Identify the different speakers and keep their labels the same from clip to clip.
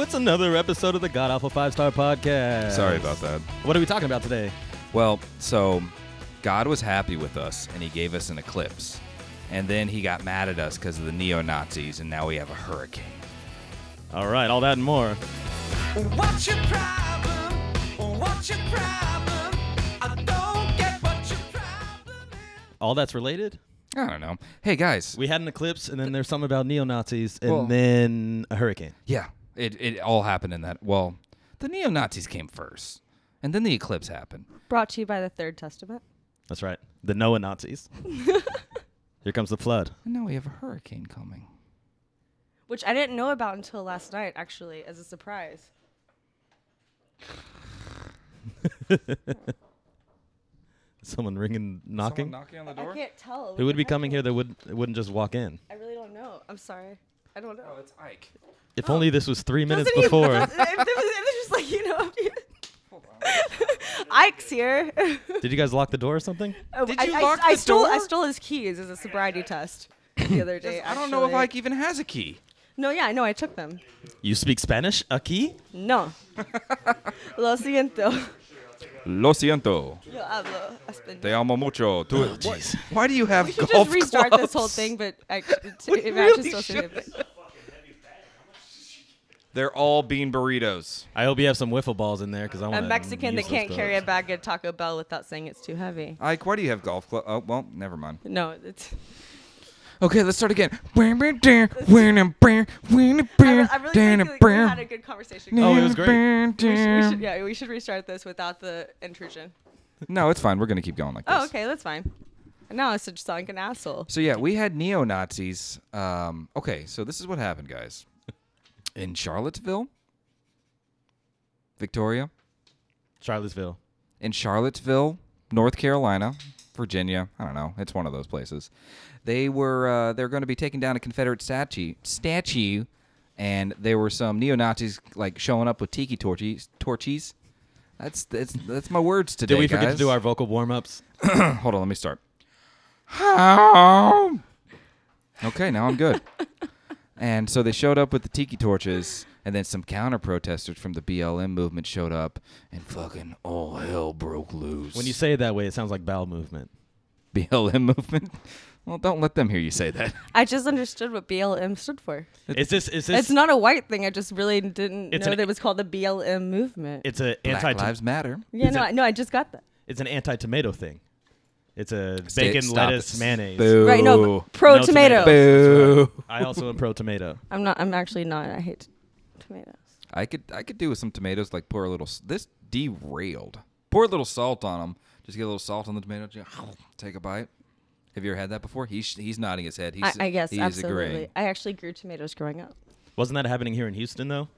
Speaker 1: it's another episode of the God Awful Five Star Podcast.
Speaker 2: Sorry about that.
Speaker 1: What are we talking about today?
Speaker 2: Well, so God was happy with us and he gave us an eclipse. And then he got mad at us because of the neo Nazis, and now we have a hurricane.
Speaker 1: All right, all that and more.
Speaker 3: What's your problem? What's your problem? I don't get what your problem is.
Speaker 1: All that's related.
Speaker 2: I don't know. Hey, guys.
Speaker 1: We had an eclipse, and then there's something about neo Nazis, and
Speaker 2: Well-
Speaker 1: then a hurricane.
Speaker 2: yeah, it, it all happened in that. Well, the neo Nazis came first, and then the eclipse happened.
Speaker 4: Brought to you by the Third Testament.
Speaker 1: That's right. The Noah Nazis. Here comes the flood.
Speaker 2: And now we have a hurricane coming.
Speaker 4: Which I didn't know about until last night, actually, as a surprise.
Speaker 1: Someone ringing, knocking.
Speaker 2: knocking on the
Speaker 4: I can't tell.
Speaker 1: Who would be coming here that would wouldn't just walk in?
Speaker 4: I really don't know. I'm sorry. I don't know.
Speaker 2: Oh, it's Ike.
Speaker 1: If only this was three minutes
Speaker 4: Doesn't he-
Speaker 1: before.
Speaker 4: doesn't- if it was- it was just like, you know, if you- Ike's here.
Speaker 1: Did you guys lock the door or something?
Speaker 4: Oh,
Speaker 2: Did
Speaker 4: I,
Speaker 2: you
Speaker 4: I-
Speaker 2: lock
Speaker 4: I
Speaker 2: the
Speaker 4: stole, I
Speaker 2: door?
Speaker 4: stole his keys as a sobriety test the other day.
Speaker 2: I don't know if
Speaker 4: actually.
Speaker 2: Ike even has a key.
Speaker 4: No, yeah, I know. I took them.
Speaker 1: You speak Spanish, Aki?
Speaker 4: No. Lo siento.
Speaker 2: Lo siento.
Speaker 4: Yo hablo español.
Speaker 2: Te amo mucho. Tu-
Speaker 1: Oh, jeez.
Speaker 2: Why do you have
Speaker 4: We should
Speaker 2: golf
Speaker 4: just restart
Speaker 2: clubs?
Speaker 4: this whole thing, but I, it
Speaker 2: We
Speaker 4: it
Speaker 2: really
Speaker 4: matches social
Speaker 2: should.
Speaker 4: media.
Speaker 2: They're all bean burritos.
Speaker 1: I hope you have some wiffle balls in there because I want
Speaker 4: A Mexican that can't carry a bag at Taco Bell without saying it's too heavy.
Speaker 2: Ike, why do you have golf club? Oh, well, never mind.
Speaker 4: No, it's.
Speaker 2: Okay, let's start again.
Speaker 4: I, re- I really think that we had a good conversation.
Speaker 1: Oh, it was great.
Speaker 4: We should, we should- yeah, we should restart this without the intrusion.
Speaker 2: No, it's fine. We're gonna keep going like this.
Speaker 4: Oh, okay, that's fine. Now I just sound like an asshole.
Speaker 2: So yeah, we had neo Nazis. Um, okay, so this is what happened, guys. In Charlottesville, Victoria,
Speaker 1: Charlottesville.
Speaker 2: in Charlottesville, North Carolina, Virginia. I don't know. It's one of those places. They were uh, they're going to be taking down a Confederate statue statue, and there were some neo Nazis like showing up with tiki torches. Torches. That's that's that's my words today.
Speaker 1: Did we forget
Speaker 2: guys.
Speaker 1: to do our vocal warm ups?
Speaker 2: Hold on, let me start. Okay, now I'm good. and so they showed up with the tiki torches, and then some counter protesters from the BLM movement showed up, and fucking all hell broke loose.
Speaker 1: When you say it that way, it sounds like bowel movement.
Speaker 2: BLM movement, well, don't let them hear you say that.
Speaker 4: I just understood what BLM stood for.
Speaker 1: Is this is this?
Speaker 4: It's not a white thing. I just really didn't
Speaker 1: It's
Speaker 4: know
Speaker 1: an-
Speaker 4: that it was called the BLM movement.
Speaker 1: It's a
Speaker 2: Black
Speaker 1: anti.
Speaker 2: Lives Matter.
Speaker 4: yeah,
Speaker 1: it's
Speaker 4: no,
Speaker 1: a-
Speaker 4: I no, I just got that.
Speaker 1: It's an anti-tomato thing. It's a
Speaker 2: Stay-
Speaker 1: bacon,
Speaker 2: stop
Speaker 1: lettuce,
Speaker 2: it.
Speaker 1: mayonnaise.
Speaker 2: Boo.
Speaker 4: Right, no, but pro
Speaker 1: No
Speaker 4: tomato.
Speaker 1: tomato.
Speaker 2: Boo.
Speaker 1: I also am pro tomato.
Speaker 4: I'm not. I'm actually not. I hate tomatoes.
Speaker 2: I could I could do with some tomatoes. Like pour a little. s- This derailed. Pour a little salt on them. Just get a little salt on the tomato. ju- Take a bite. Have you ever had that before? He's he's nodding his head.
Speaker 4: I,
Speaker 2: He's,
Speaker 4: I guess
Speaker 2: he's
Speaker 4: absolutely.
Speaker 2: agreeing.
Speaker 4: I actually grew tomatoes growing up.
Speaker 1: Wasn't that happening here in Houston though?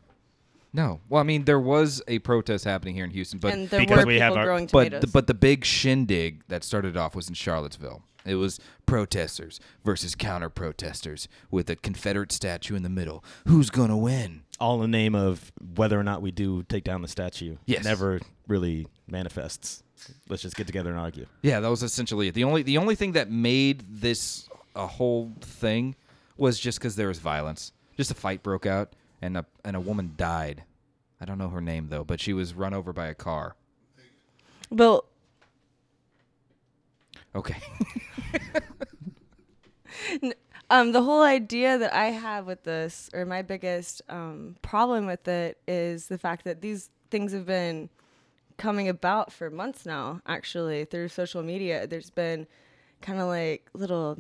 Speaker 2: No, well, I mean there was a protest happening here in Houston, but
Speaker 4: and there
Speaker 1: because
Speaker 4: were
Speaker 1: we
Speaker 4: people
Speaker 1: have our-
Speaker 4: growing
Speaker 2: but
Speaker 4: tomatoes.
Speaker 2: the, but the big shindig that started off was in Charlottesville. It was protesters versus counter protesters with a Confederate statue in the middle. Who's gonna win?
Speaker 1: All in the name of whether or not we do take down the statue.
Speaker 2: Yes.
Speaker 1: Never really manifests. Let's just get together and argue.
Speaker 2: Yeah, that was essentially it. The only the only thing that made this a whole thing was just because there was violence. Just a fight broke out, and a and a woman died. I don't know her name though, but she was run over by a car.
Speaker 4: well,
Speaker 2: Okay,
Speaker 4: um, the whole idea that I have with this, or my biggest um, problem with it, is the fact that these things have been coming about for months now. Actually, through social media, there's been kind of like little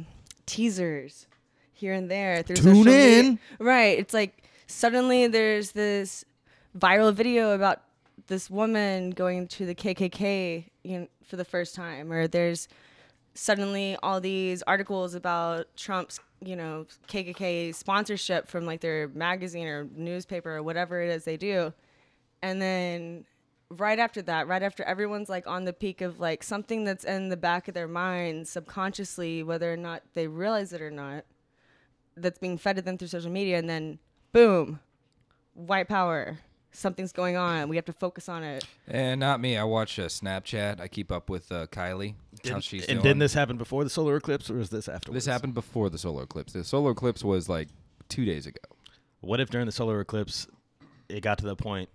Speaker 4: teasers here and there through
Speaker 2: Tune
Speaker 4: social media.
Speaker 2: in.
Speaker 4: Right. It's like suddenly there's this viral video about this woman going to the KKK you know, for the first time, or there's suddenly all these articles about Trump's, you know, KKK sponsorship from like their magazine or newspaper or whatever it is they do. And then right after that, right after everyone's like on the peak of like something that's in the back of their mind subconsciously, whether or not they realize it or not, that's being fed to them through social media. And then boom, white power. Something's going on. We have to focus on it.
Speaker 2: and not me. I watch uh, Snapchat. I keep up with uh, Kylie. how she's
Speaker 1: and
Speaker 2: doing.
Speaker 1: didn't this happen before the solar eclipse, or is this afterwards?
Speaker 2: This happened before the solar eclipse. The solar eclipse was like two days ago.
Speaker 1: What if during the solar eclipse, it got to the point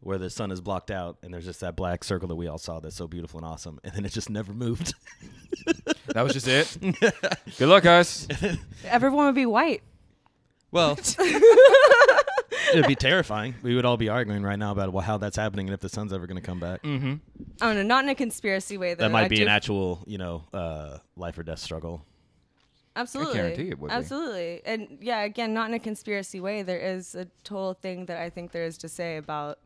Speaker 1: where the sun is blocked out and there's just that black circle that we all saw that's so beautiful and awesome and then it just never moved
Speaker 2: That was just it. Good luck, guys.
Speaker 4: Everyone would be white.
Speaker 1: well it'd be terrifying we would all be arguing right now about well, how that's happening and if the sun's ever going to come back
Speaker 4: I don't know, not in a conspiracy way though.
Speaker 1: that
Speaker 4: I
Speaker 1: might be
Speaker 4: do-
Speaker 1: an actual you know uh, life or death struggle
Speaker 4: Absolutely.
Speaker 2: guarantee it would be.
Speaker 4: Absolutely. And yeah, again, not in a conspiracy way. There is a total thing that I think there is to say about,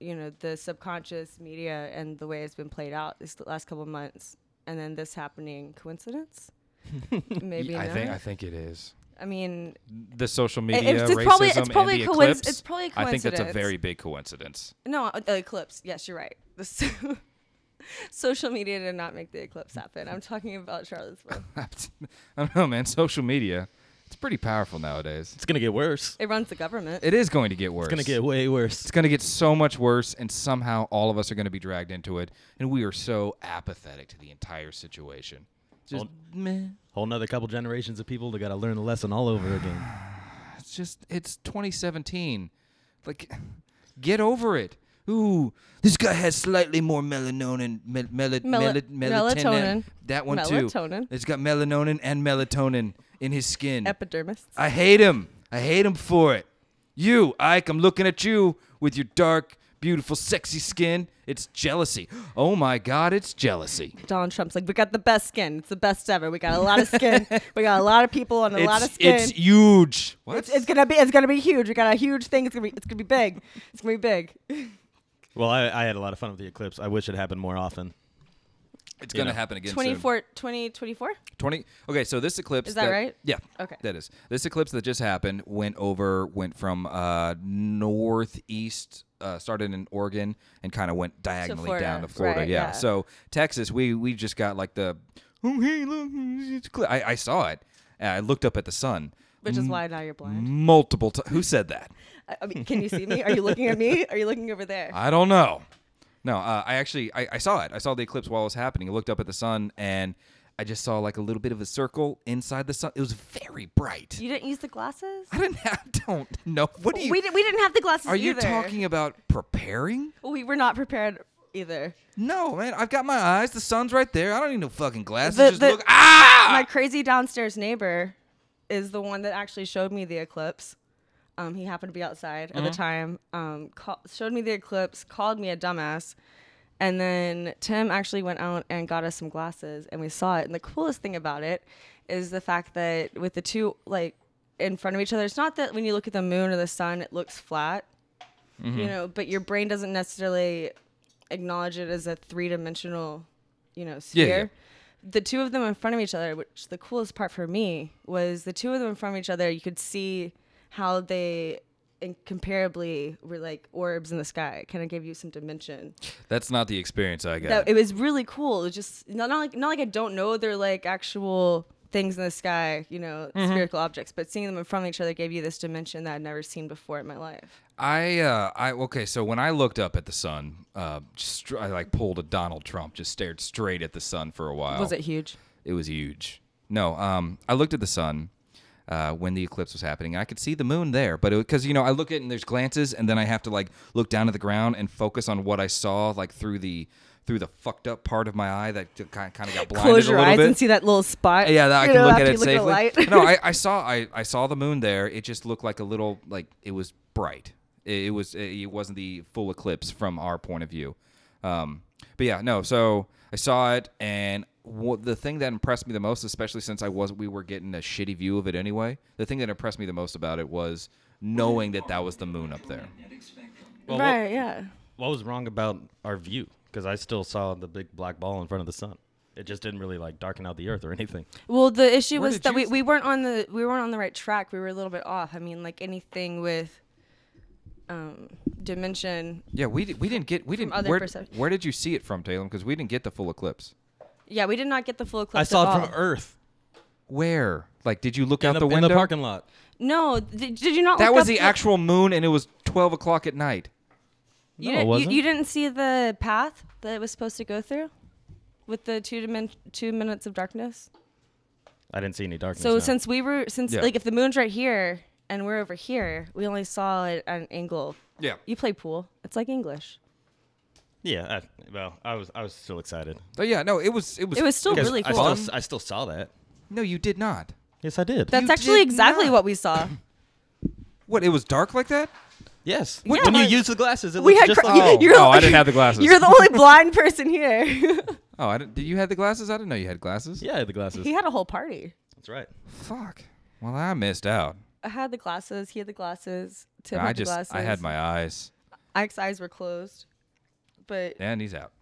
Speaker 4: you know, the subconscious media and the way it's been played out this last couple of months. And then this happening. Coincidence? Maybe
Speaker 2: I
Speaker 4: not.
Speaker 2: think I think it is
Speaker 4: I mean,
Speaker 2: the social
Speaker 4: it's
Speaker 2: media
Speaker 4: just
Speaker 2: racism
Speaker 4: probably- it's probably
Speaker 2: and the
Speaker 4: a coinc-
Speaker 2: eclipse.
Speaker 4: it's probably a
Speaker 2: I think that's a
Speaker 4: coincidence.
Speaker 2: very big coincidence.
Speaker 4: no, uh, the eclipse. Yes, you're right. The so- social media did not make the eclipse happen. I'm talking about Charlottesville.
Speaker 2: I don't know, man. Social media, it's pretty powerful nowadays.
Speaker 1: it's going to get worse
Speaker 4: It runs the government.
Speaker 2: It is going to get worse.
Speaker 1: it's going to get way worse
Speaker 2: It's going to get so much worse, and somehow all of us are going to be dragged into it, and we are so apathetic to the entire situation. Just meh.
Speaker 1: whole nother couple generations of people that got to learn the lesson all over again
Speaker 2: It's just it's 2017. Like, get over it. Ooh, this guy has slightly more melanonin, mel- mel-
Speaker 4: Mel-
Speaker 2: mel- melatonin.
Speaker 4: melatonin.
Speaker 2: That one too.
Speaker 4: Melatonin.
Speaker 2: It's got melanonin and melatonin in his skin.
Speaker 4: Epidermis.
Speaker 2: I hate him. I hate him for it. You, Ike, I'm looking at you with your dark, beautiful, sexy skin. It's jealousy. Oh my God, it's jealousy.
Speaker 4: Donald Trump's like, we got the best skin. It's the best ever. We got a lot of skin. we got a lot of people and a
Speaker 2: it's,
Speaker 4: lot of skin.
Speaker 2: it's
Speaker 4: It's,
Speaker 2: huge. What?
Speaker 4: it's, gonna be it's gonna be huge. We got a huge thing. It's gonna be it's gonna be big. It's gonna be big.
Speaker 1: well I, I had a lot of fun with the eclipse i wish it happened more often
Speaker 2: It's gonna
Speaker 1: know.
Speaker 2: happen again. soon.
Speaker 4: 24, 2024?
Speaker 2: 20 okay so this eclipse
Speaker 4: Is that right?
Speaker 2: yeah
Speaker 4: Okay.
Speaker 2: that is this eclipse that just happened went over went from uh northeast uh started in oregon and kind of went diagonally down
Speaker 4: Florida,
Speaker 2: to florida
Speaker 4: right,
Speaker 2: yeah.
Speaker 4: yeah.
Speaker 2: so texas we we just got like the oh hey look it's clear." I, I saw it and i looked up at the sun
Speaker 4: Which
Speaker 2: Mm-hmm.
Speaker 4: is why now you're blind.
Speaker 2: multiple times who said that
Speaker 4: I, I mean, can you see me? Are you looking at me? Are you looking over there?
Speaker 2: I don't know. No, uh, I actually I, I saw it. I saw the eclipse while it was happening. I looked up at the sun and I just saw like a little bit of a circle inside the sun. It was very bright.
Speaker 4: you didn't use the glasses?
Speaker 2: I didn't have, don't know. What do you?
Speaker 4: we, did, we didn't have the glasses
Speaker 2: are you
Speaker 4: either.
Speaker 2: talking about preparing?
Speaker 4: We were not prepared either.
Speaker 2: No, man. I've got my eyes. The sun's right there. I don't need no fucking glasses.
Speaker 4: The-
Speaker 2: just
Speaker 4: the-
Speaker 2: look. Ah!
Speaker 4: my crazy downstairs neighbor is the one that actually showed me the eclipse. Um, he happened to be outside at the time. Um, call, showed me the eclipse, called me a dumbass, and then Tim actually went out and got us some glasses, and we saw it. And the coolest thing about it is the fact that with the two like in front of each other, it's not that when you look at the moon or the sun, it looks flat,
Speaker 2: Hmm.
Speaker 4: you know, but your brain doesn't necessarily acknowledge it as a three dimensional, you know,
Speaker 2: Yeah,
Speaker 4: sphere
Speaker 2: yeah.
Speaker 4: the two of them in front of each other, which the coolest part for me was the two of them in front of each other, you could see how they incomparably were like orbs in the sky. It kind of gave you some dimension.
Speaker 2: That's not the experience I got.
Speaker 4: That- it was really cool. It was just not, not like not like I don't know they're like actual things in the sky, you know,
Speaker 2: Mm-hmm.
Speaker 4: spherical objects, but seeing them in front of each other gave you this dimension that I'd never seen before in my life.
Speaker 2: I uh, I okay. So when I looked up at the sun, uh, just, I like pulled a Donald Trump. Just stared straight at the sun for a while.
Speaker 4: Was it huge?
Speaker 2: It was huge. No, um, I looked at the sun uh, when the eclipse was happening. And I could see the moon there, but because you know, I look at it and there's glances, and then I have to like look down at the ground and focus on what I saw, like through the through the fucked up part of my eye that kind of got blinded
Speaker 4: Close
Speaker 2: a
Speaker 4: your
Speaker 2: little
Speaker 4: eyes
Speaker 2: bit.
Speaker 4: and see that little spot.
Speaker 2: yeah, that I
Speaker 4: you
Speaker 2: can
Speaker 4: know,
Speaker 2: look
Speaker 4: after
Speaker 2: at
Speaker 4: you
Speaker 2: it
Speaker 4: the
Speaker 2: safely.
Speaker 4: light.
Speaker 2: no, I, I saw I, I saw the moon there. It just looked like a little like it was bright. It, it was it wasn't the full eclipse from our point of view. Um, but yeah, no. So I saw it, and wha- the thing that impressed me the most, especially since I was we were getting a shitty view of it anyway, the thing that impressed me the most about it was knowing that that was the moon up there.
Speaker 1: well, what-
Speaker 4: right, yeah.
Speaker 1: what was wrong about our view? Because I still saw the big black ball in front of the sun. It just didn't really like darken out the earth or anything.
Speaker 4: Well, the issue
Speaker 2: Where
Speaker 4: was
Speaker 2: did
Speaker 4: that
Speaker 2: you
Speaker 4: we,
Speaker 2: s-
Speaker 4: we weren't on the we weren't on the right track. We were a little bit off. I mean, like anything with um, dimension.
Speaker 2: Yeah, we di- we didn't get we didn't
Speaker 4: other
Speaker 2: where,
Speaker 4: percep-
Speaker 2: where did you see it from, Taylor? Because we didn't get the full eclipse.
Speaker 4: Yeah, we did not get the full eclipse.
Speaker 1: I saw
Speaker 4: at
Speaker 1: it
Speaker 4: all.
Speaker 1: from Earth
Speaker 2: Where? Like, did you look
Speaker 1: in
Speaker 2: out
Speaker 1: the,
Speaker 2: the
Speaker 1: in
Speaker 2: window?
Speaker 1: the parking lot.
Speaker 4: No, did, did you not?
Speaker 2: That
Speaker 4: look
Speaker 2: was
Speaker 4: up
Speaker 2: the actual moon, and it was twelve o'clock at night.
Speaker 4: You,
Speaker 1: No, it
Speaker 4: didn't,
Speaker 1: wasn't.
Speaker 4: You, you didn't see the path that it was supposed to go through with the two dimen- two minutes of darkness.
Speaker 1: I didn't see any darkness.
Speaker 4: So
Speaker 1: no.
Speaker 4: since we were since
Speaker 2: Yeah.
Speaker 4: like if the moon's right here and we're over here, we only saw it at an angle
Speaker 2: Yeah.
Speaker 4: You play pool. It's like English.
Speaker 1: Yeah. I, well, I was I was still excited.
Speaker 2: But yeah, no, it was it was
Speaker 4: It was still
Speaker 1: Because
Speaker 4: Oh, really
Speaker 1: I
Speaker 4: cool.
Speaker 1: still, I still saw that.
Speaker 2: No, you did not.
Speaker 1: Yes, I did.
Speaker 4: That's
Speaker 2: You
Speaker 4: actually
Speaker 2: did
Speaker 4: exactly
Speaker 2: not.
Speaker 4: what we saw.
Speaker 2: What? It was dark like that?
Speaker 1: yes.
Speaker 4: Yeah.
Speaker 1: When you
Speaker 4: Like-
Speaker 1: use the glasses, it
Speaker 4: we
Speaker 1: looks
Speaker 4: had
Speaker 1: just
Speaker 4: cr-
Speaker 1: like.
Speaker 2: Oh,
Speaker 4: You're
Speaker 2: oh, I
Speaker 4: like-
Speaker 2: didn't have the glasses.
Speaker 4: You're the only blind person here.
Speaker 2: oh, I didn't, did you have the glasses? I didn't know you had glasses.
Speaker 1: Yeah, I had the glasses.
Speaker 4: he had a whole party.
Speaker 1: That's right.
Speaker 2: Fuck. Well, I missed out.
Speaker 4: I had the glasses. He had the glasses. Tim
Speaker 2: I
Speaker 4: had the
Speaker 2: just
Speaker 4: glasses.
Speaker 2: I had my eyes.
Speaker 4: Ike's eyes were closed, but
Speaker 2: And he's out.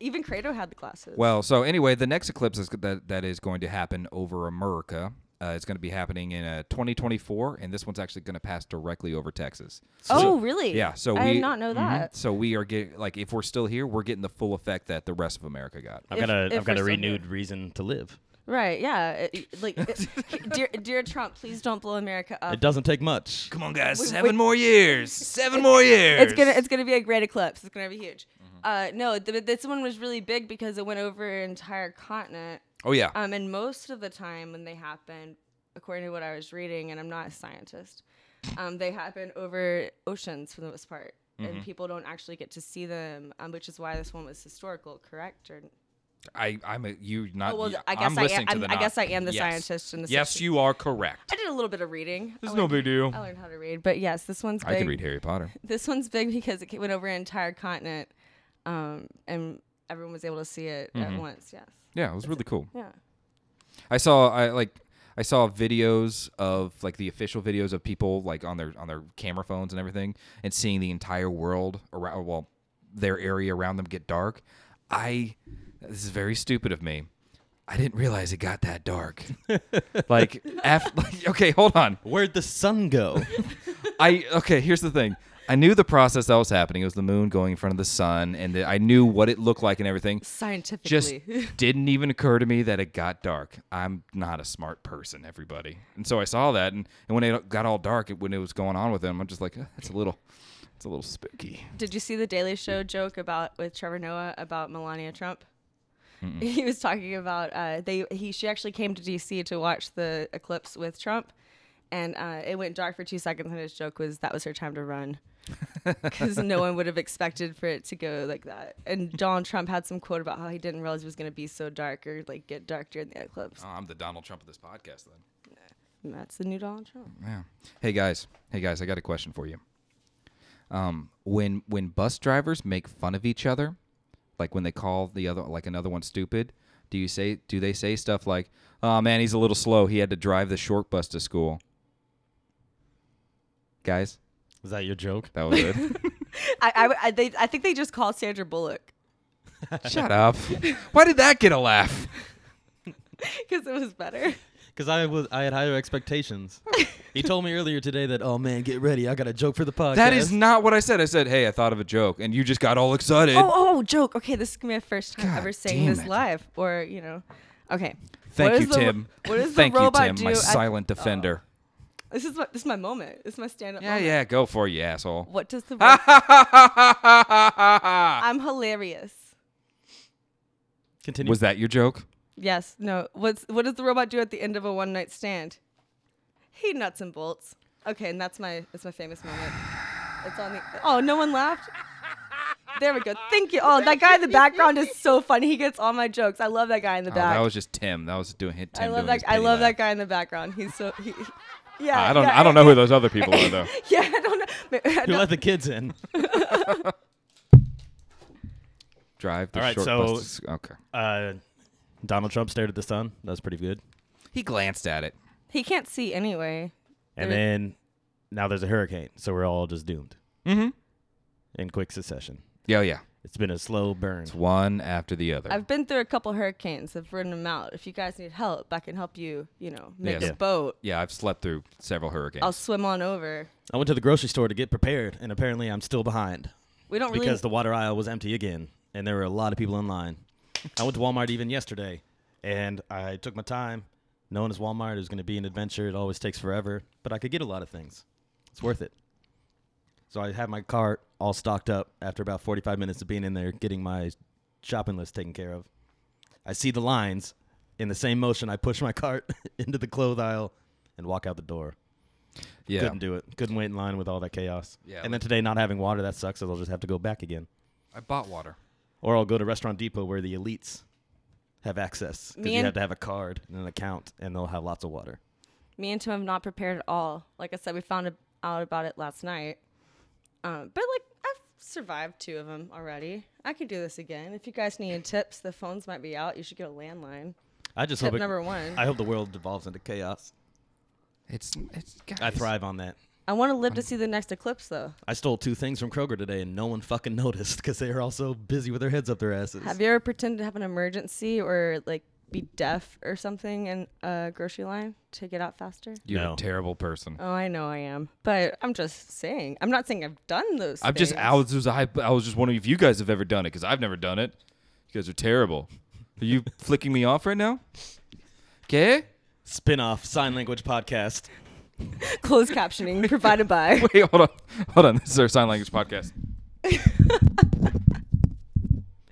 Speaker 4: even Kratos had the glasses.
Speaker 2: Well, so anyway, the next eclipse is that that is going to happen over America. Uh, it's going to be happening in uh, 2024, and this one's actually going to pass directly over Texas.
Speaker 4: oh, really?
Speaker 2: Yeah, so
Speaker 4: I
Speaker 2: we-
Speaker 4: did not know
Speaker 2: Mhm.
Speaker 4: that.
Speaker 2: So we are getting like if we're still here, we're getting the full effect that the rest of America got.
Speaker 1: I've
Speaker 4: If-
Speaker 1: got a
Speaker 4: if
Speaker 1: I've got a
Speaker 4: we're still here.
Speaker 1: renewed reason to live.
Speaker 4: Right? Yeah. it- like, it- dear, dear Trump, please don't blow America up.
Speaker 1: It doesn't take much.
Speaker 2: Come on, guys,
Speaker 4: Wait,
Speaker 2: seven
Speaker 4: wait.
Speaker 2: more years, seven more years.
Speaker 4: It's gonna it's gonna be a great eclipse. It's gonna be huge.
Speaker 2: Mm-hmm.
Speaker 4: Uh, no, th- this one was really big because it went over an entire continent.
Speaker 2: Oh yeah,
Speaker 4: Um, and most of the time when they happen, according to what I was reading, and I'm not a scientist, um, they happen over oceans for the most part,
Speaker 2: Mm-hmm.
Speaker 4: and people don't actually get to see them, um, which is why this one was historical, correct? Or
Speaker 2: I I'm a, you not.
Speaker 4: oh, well,
Speaker 2: you-
Speaker 4: I guess
Speaker 2: I'm
Speaker 4: I
Speaker 2: listening
Speaker 4: am.
Speaker 2: to
Speaker 4: I'm-
Speaker 2: the
Speaker 4: I
Speaker 2: not.
Speaker 4: guess I am the
Speaker 2: Yes.
Speaker 4: scientist in the
Speaker 2: Yes,
Speaker 4: session.
Speaker 2: you are correct.
Speaker 4: I did a little bit of reading. I
Speaker 2: There's
Speaker 4: learned-
Speaker 2: no big deal.
Speaker 4: I learned how to read, but yes, this one's. Big.
Speaker 2: I could read Harry Potter.
Speaker 4: This one's big because it ca- went over an entire continent, um, and everyone was able to see it
Speaker 2: Mm-hmm.
Speaker 4: at once. Yes.
Speaker 2: Yeah, it was really cool.
Speaker 4: Yeah.
Speaker 2: I saw I like I saw videos of like the official videos of people like on their on their camera phones and everything and seeing the entire world around well their area around them get dark. I this is very stupid of me. I didn't realize it got that dark. like, af- like okay, hold on.
Speaker 1: Where'd the sun go?
Speaker 2: I okay. Here's the thing. I knew the process that was happening. It was the moon going in front of the sun, and the, I knew what it looked like and everything just
Speaker 4: Scientifically.
Speaker 2: didn't even occur to me that it got dark. I'm not a smart person, everybody. And so I saw that, and, and when it got all dark, it, when it was going on with him, I'm just like, "Uh, that's a little, it's a little spooky.
Speaker 4: Did you see the Daily Show joke about with Trevor Noah about Melania Trump? He was talking about uh, they he she actually came to DC to watch the eclipse with Trump, and uh, it went dark for two seconds. And his joke was that was her time to run, because no one would have expected for it to go like that. And Donald Trump had some quote about how he didn't realize it was going to be so dark or like get dark during the eclipse.
Speaker 2: Oh, I'm the Donald Trump of this podcast, then.
Speaker 4: And that's the new Donald Trump.
Speaker 2: Yeah. Hey guys, hey guys, I got a question for you. Um, when when bus drivers make fun of each other, like when they call the other like another one stupid, do you say do they say stuff like, "Oh man, he's a little slow. He had to drive the short bus to school." Guys,
Speaker 1: Was that your joke?
Speaker 2: that was it.
Speaker 4: I I, I, they, I think they just called Sandra Bullock
Speaker 2: Shut up. Why did that get a laugh?
Speaker 4: because it was better.
Speaker 1: Because I was I had higher expectations. he told me earlier today that oh man, get ready, I got a joke for the podcast.
Speaker 2: That is not what I said. I said, "Hey, I thought of a joke," and you just got all excited.
Speaker 4: Oh, oh, joke. Okay, this is gonna be my first time
Speaker 2: God
Speaker 4: ever saying
Speaker 2: damn
Speaker 4: this
Speaker 2: it.
Speaker 4: live, or you know, okay.
Speaker 2: Thank
Speaker 4: What
Speaker 2: you,
Speaker 4: does the-
Speaker 2: Tim.
Speaker 4: What does
Speaker 2: Thank
Speaker 4: the robot
Speaker 2: you, Tim,
Speaker 4: do?
Speaker 2: my
Speaker 4: at- Oh,
Speaker 2: silent defender.
Speaker 4: This is my, this is my moment. This is my stand-up.
Speaker 2: yeah,
Speaker 4: moment.
Speaker 2: yeah, go for it, you asshole.
Speaker 4: What does the robot?
Speaker 2: was
Speaker 4: I'm hilarious.
Speaker 1: Continue.
Speaker 2: that your joke?
Speaker 4: Yes. No. What's what does the robot do at the end of a one-night stand? He nuts and bolts. Okay, and that's my that's my famous moment. It's on the. Oh, no one laughed. There we go. Thank you. Oh, that guy in the background is so funny. He gets all my jokes. I love that guy in the
Speaker 2: Oh,
Speaker 4: back.
Speaker 2: that was just Tim. That was doing hit. Tim
Speaker 4: I love
Speaker 2: doing
Speaker 4: that.
Speaker 2: his
Speaker 4: I
Speaker 2: pity
Speaker 4: love
Speaker 2: laugh.
Speaker 4: that guy in the background. He's so. He, he- yeah.
Speaker 2: I don't.
Speaker 4: yeah,
Speaker 2: I don't know who those other people are though.
Speaker 4: Yeah, I don't know. Ma- I
Speaker 1: you
Speaker 4: don't-
Speaker 1: let the kids in.
Speaker 2: Drive the
Speaker 1: All right,
Speaker 2: short
Speaker 1: so-
Speaker 2: bus. to s- okay.
Speaker 1: Uh, Donald Trump stared at the sun. That's pretty good.
Speaker 2: He glanced at it.
Speaker 4: he can't see anyway.
Speaker 1: And
Speaker 4: There-
Speaker 1: then now there's a hurricane, so we're all just doomed. Mm-hmm. In quick succession.
Speaker 2: Yeah, yeah.
Speaker 1: It's been a slow burn.
Speaker 2: It's one after the other.
Speaker 4: I've been through a couple hurricanes. I've ridden them out. If you guys need help, I can help you. You know, make
Speaker 2: Yes.
Speaker 4: a boat.
Speaker 2: yeah, I've slept through several hurricanes.
Speaker 4: I'll swim on over.
Speaker 1: I went to the grocery store to get prepared, and apparently I'm still behind
Speaker 4: We don't really.
Speaker 1: because the water aisle was empty again, and there were a lot of people in line. I went to Walmart even yesterday, and I took my time. Known as Walmart, it was going to be an adventure. It always takes forever, but I could get a lot of things. It's worth it. So I had my cart all stocked up after about 45 minutes of being in there getting my shopping list taken care of. I see the lines. In the same motion, I push my cart into the clothes aisle and walk out the door.
Speaker 2: Yeah.
Speaker 1: Couldn't do it. Couldn't wait in line with all that chaos.
Speaker 2: Yeah,
Speaker 1: And then
Speaker 2: like-
Speaker 1: today not having water, that sucks. So I'll just have to go back again,
Speaker 2: I bought water.
Speaker 1: or I'll go to Restaurant Depot where the elites have access because
Speaker 4: Me
Speaker 1: you
Speaker 4: and-
Speaker 1: have to have a card and an account, and they'll have lots of water.
Speaker 4: Me and Tim have not prepared at all. Like I said, we found out about it last night. Um, but like I've survived two of them already. I could do this again. If you guys need tips, the phones might be out. You should get a landline.
Speaker 1: I just
Speaker 4: Tip
Speaker 1: hope it,
Speaker 4: number one.
Speaker 1: I hope the world devolves into chaos.
Speaker 2: It's it's. Guys,
Speaker 1: I thrive on that.
Speaker 4: I want to live to see the next eclipse, though.
Speaker 1: I stole two things from Kroger today, and no one fucking noticed because they were all so busy with their heads up their asses.
Speaker 4: Have you ever pretended to have an emergency or like be deaf or something in a grocery line to get out faster?
Speaker 2: You're
Speaker 1: No.
Speaker 2: a terrible person.
Speaker 4: Oh, I know I am, but I'm just saying. I'm not saying I've done those.
Speaker 2: I'm just
Speaker 4: things.
Speaker 2: I was, I, I was just wondering if you guys have ever done it because I've never done it. You guys are terrible. Are you flicking me off right now? Okay.
Speaker 1: Spin off sign language podcast.
Speaker 4: Closed captioning provided by.
Speaker 2: Wait, hold on, hold on. This is our sign language podcast.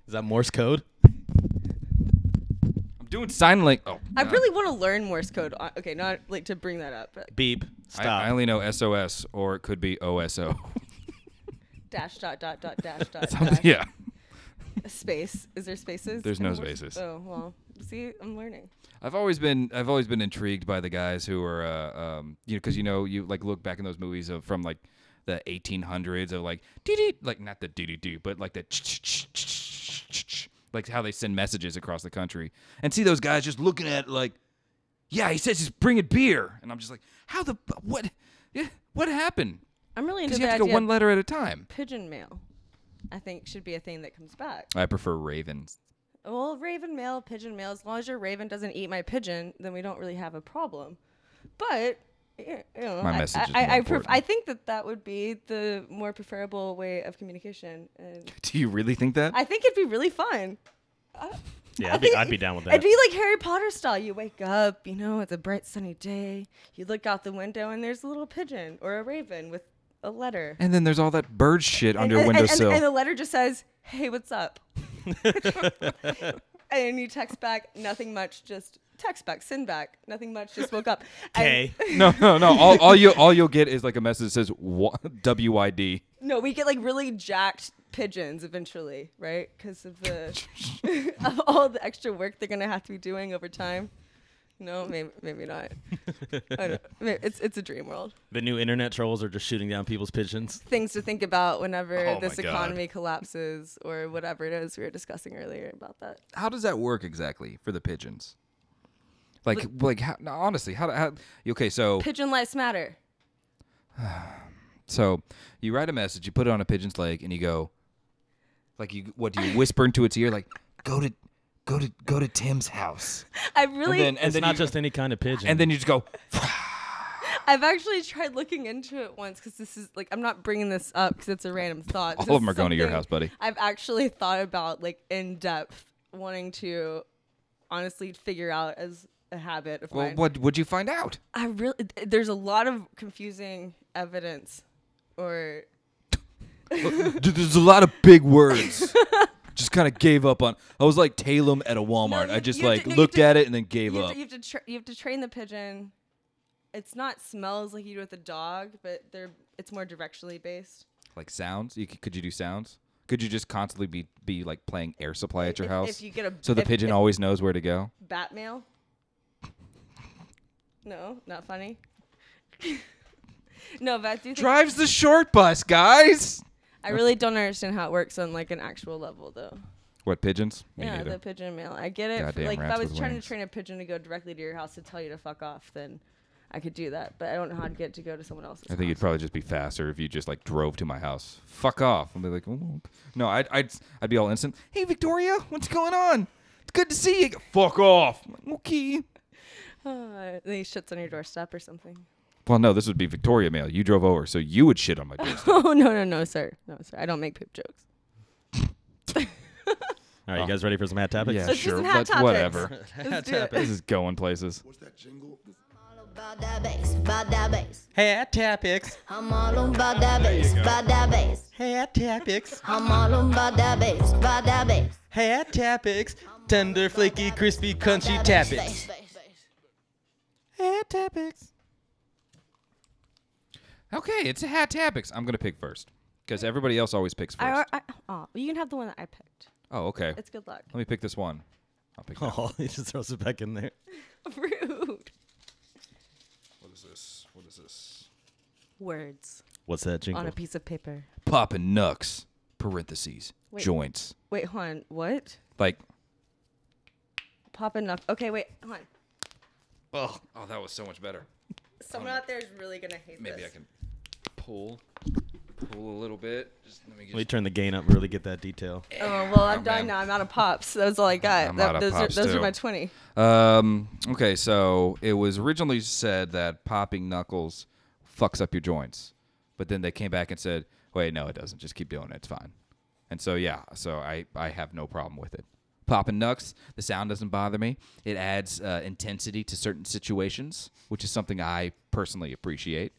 Speaker 1: Is that Morse code?
Speaker 2: I'm doing sign language. Oh,
Speaker 4: I
Speaker 2: God.
Speaker 4: really want to learn Morse code. on- Okay, not like to bring that up, but
Speaker 1: Beep.
Speaker 2: I,
Speaker 1: Stop.
Speaker 2: I only know SOS or it could be OSO.
Speaker 4: dash dot dot dot dash dot.
Speaker 2: Something-
Speaker 4: dash.
Speaker 2: yeah.
Speaker 4: Space. Is there spaces?
Speaker 2: There's
Speaker 4: in
Speaker 2: no
Speaker 4: Morse-
Speaker 2: spaces.
Speaker 4: Oh well. See, I'm learning.
Speaker 2: I've always been I've always been intrigued by the guys who are uh, um, you know because you know you like look back in those movies of from like the 1800s of like dee dee like not the dee dee doo but like the ch-ch-ch-ch-ch-ch-ch, like how they send messages across the country and see those guys just looking at like yeah he says he's bringing beer and I'm just like how the what yeah what happened
Speaker 4: I'm really into
Speaker 2: because
Speaker 4: the
Speaker 2: you have to
Speaker 4: idea.
Speaker 2: go one letter at a time.
Speaker 4: of pigeon mail. I think should be a thing that comes back.
Speaker 2: I prefer ravens.
Speaker 4: Well, raven mail, pigeon mail. As long as your raven doesn't eat my pigeon, then we don't really have a problem. But y- you know,
Speaker 2: My
Speaker 4: I,
Speaker 2: message is more
Speaker 4: I, I, I, pref-
Speaker 2: important.
Speaker 4: I think that that would be the more preferable way of communication, and
Speaker 2: Do you really think that?
Speaker 4: I think it'd be really fun.
Speaker 1: yeah, I'd be, I'd be down with that.
Speaker 4: It'd be like Harry Potter style. You wake up, you know, it's a bright sunny day. You look out the window, and there's a little pigeon or a raven with a letter.
Speaker 2: and then there's all that bird shit on your
Speaker 4: and, and-
Speaker 2: windowsill.
Speaker 4: And, and the letter just says, "Hey, what's up?" and you text back, nothing much, just text back, send back, nothing much, just woke up.
Speaker 1: Okay.
Speaker 2: No, no, no. All, all you all you'll get is like a message that says wa- "WYD."
Speaker 4: And, no, we get like really jacked pigeons eventually, right? Because of the of all the extra work they're gonna have to be doing over time. No, maybe maybe not. I don't, may- it's it's a dream world.
Speaker 1: The new internet trolls are just shooting down people's pigeons.
Speaker 4: Things to think about whenever
Speaker 2: Oh
Speaker 4: this
Speaker 2: my God.
Speaker 4: economy collapses or whatever it is we were discussing earlier about that.
Speaker 2: How does that work exactly for the pigeons? Like, like how, no, honestly, how, how? Okay, so
Speaker 4: Pigeon lives matter.
Speaker 2: so you write a message, you put it on a pigeon's leg, and you go, like you what do you whisper into its ear? Like, go to, go to, go to Tim's house,
Speaker 4: I really,
Speaker 2: and then and
Speaker 1: it's
Speaker 2: then
Speaker 1: not
Speaker 2: you,
Speaker 1: just any kind of pigeon.
Speaker 2: and then you just go.
Speaker 4: I've actually tried looking into it once because this is like I'm not bringing this up because it's a random thought. This
Speaker 2: All of
Speaker 4: is
Speaker 2: them are going to your
Speaker 4: something
Speaker 2: house, buddy.
Speaker 4: I've actually thought about like in depth wanting to honestly figure out as a habit of
Speaker 2: Well,
Speaker 4: mine.
Speaker 2: what would you find out?
Speaker 4: I really th- there's a lot of confusing evidence or
Speaker 2: Dude, there's a lot of big words. just kind of gave up on. I was like Talem at a Walmart.
Speaker 4: you-
Speaker 2: I just
Speaker 4: you have
Speaker 2: like
Speaker 4: to- no, you
Speaker 2: looked
Speaker 4: have to-
Speaker 2: at it and then gave
Speaker 4: you have,
Speaker 2: up.
Speaker 4: to, you have to tra- you have to train the pigeon. It's not smells like you do with a dog, but they're it's more directionally based.
Speaker 2: like sounds. You, c- could you do sounds? Could you just constantly be be like playing air supply at your
Speaker 4: If- if
Speaker 2: house?
Speaker 4: you get a-
Speaker 2: so the
Speaker 4: if-
Speaker 2: pigeon
Speaker 4: if-
Speaker 2: always knows where to go.
Speaker 4: Bat mail? No, not funny. no, but I do think
Speaker 2: Drives the short bus, guys.
Speaker 4: I really don't understand how it works on like an actual level though.
Speaker 2: What pigeons? Me
Speaker 4: yeah,
Speaker 2: neither.
Speaker 4: the pigeon mail. I get it. for-
Speaker 2: Goddamn
Speaker 4: like if I
Speaker 2: rats
Speaker 4: was
Speaker 2: with
Speaker 4: trying
Speaker 2: wings.
Speaker 4: to train a pigeon to go directly to your house to tell you to fuck off, then I could do that. But I don't know how to get it to go to someone else's.
Speaker 2: I think you'd probably just be faster if you just like drove to my house. Fuck off. I'd be like, "Oh." no, I'd, I'd I'd be all instant. Hey Victoria, what's going on? It's good to see you. Fuck off. I'm like, okay.
Speaker 4: Uh, then he shits on your doorstep or something.
Speaker 2: Well, no, this would be Victoria mail. You drove over, so you would shit on my doorstep.
Speaker 4: oh no no no sir no sir I don't make poop jokes.
Speaker 1: all right, you guys ready for some hat topics?
Speaker 2: yeah,
Speaker 4: Let's do
Speaker 2: sure.
Speaker 4: some hot
Speaker 2: Let's
Speaker 4: topics.
Speaker 2: whatever.
Speaker 4: Let's do it.
Speaker 2: this is going places.
Speaker 5: What's that jingle?
Speaker 6: all about that bass, about that bass.
Speaker 1: Hat topics.
Speaker 6: I'm all about that bass, about that bass.
Speaker 1: Hat topics.
Speaker 6: I'm all about that bass, about that bass.
Speaker 1: Hat topics. Tender, flaky, crispy, crunchy
Speaker 6: That bass, bass, bass, bass.
Speaker 1: Hat topics.
Speaker 2: Okay, it's a hat topics. I'm gonna pick first because everybody else always picks first.
Speaker 4: I, I, oh, you can have the one that I picked.
Speaker 2: oh, okay.
Speaker 4: It's good luck.
Speaker 2: Let me pick this one. I'll pick. that.
Speaker 1: Oh, he just throws it back in there.
Speaker 4: Rude.
Speaker 2: What is this? What is this?
Speaker 4: Words
Speaker 1: What's that jingle?
Speaker 4: on a piece of paper.
Speaker 2: Poppin' Nux parentheses
Speaker 4: Wait.
Speaker 2: joints
Speaker 4: Wait, hon, what?
Speaker 2: like.
Speaker 4: Pop enough. Okay, wait, hon.
Speaker 2: Oh, oh, that was so much better.
Speaker 4: Someone out there is really gonna hate
Speaker 2: Maybe
Speaker 4: this.
Speaker 2: I can pull, pull a little bit. Just let me
Speaker 1: Let me
Speaker 2: just.
Speaker 1: turn the gain up. Really get that detail.
Speaker 4: Oh well, I'm
Speaker 2: Oh, man.
Speaker 4: done now. I'm out of pops. That was all I got.
Speaker 2: I'm
Speaker 4: That-
Speaker 2: out of
Speaker 4: those
Speaker 2: pops,
Speaker 4: are those
Speaker 2: too.
Speaker 4: are my twenty.
Speaker 2: Um. Okay, so it was originally said that popping knuckles fucks up your joints, but then they came back and said, "Wait, no, it doesn't. Just keep doing it. It's fine." And so yeah, so I I have no problem with it. Popping knucks, the sound doesn't bother me. It adds uh, intensity to certain situations, which is something I personally appreciate,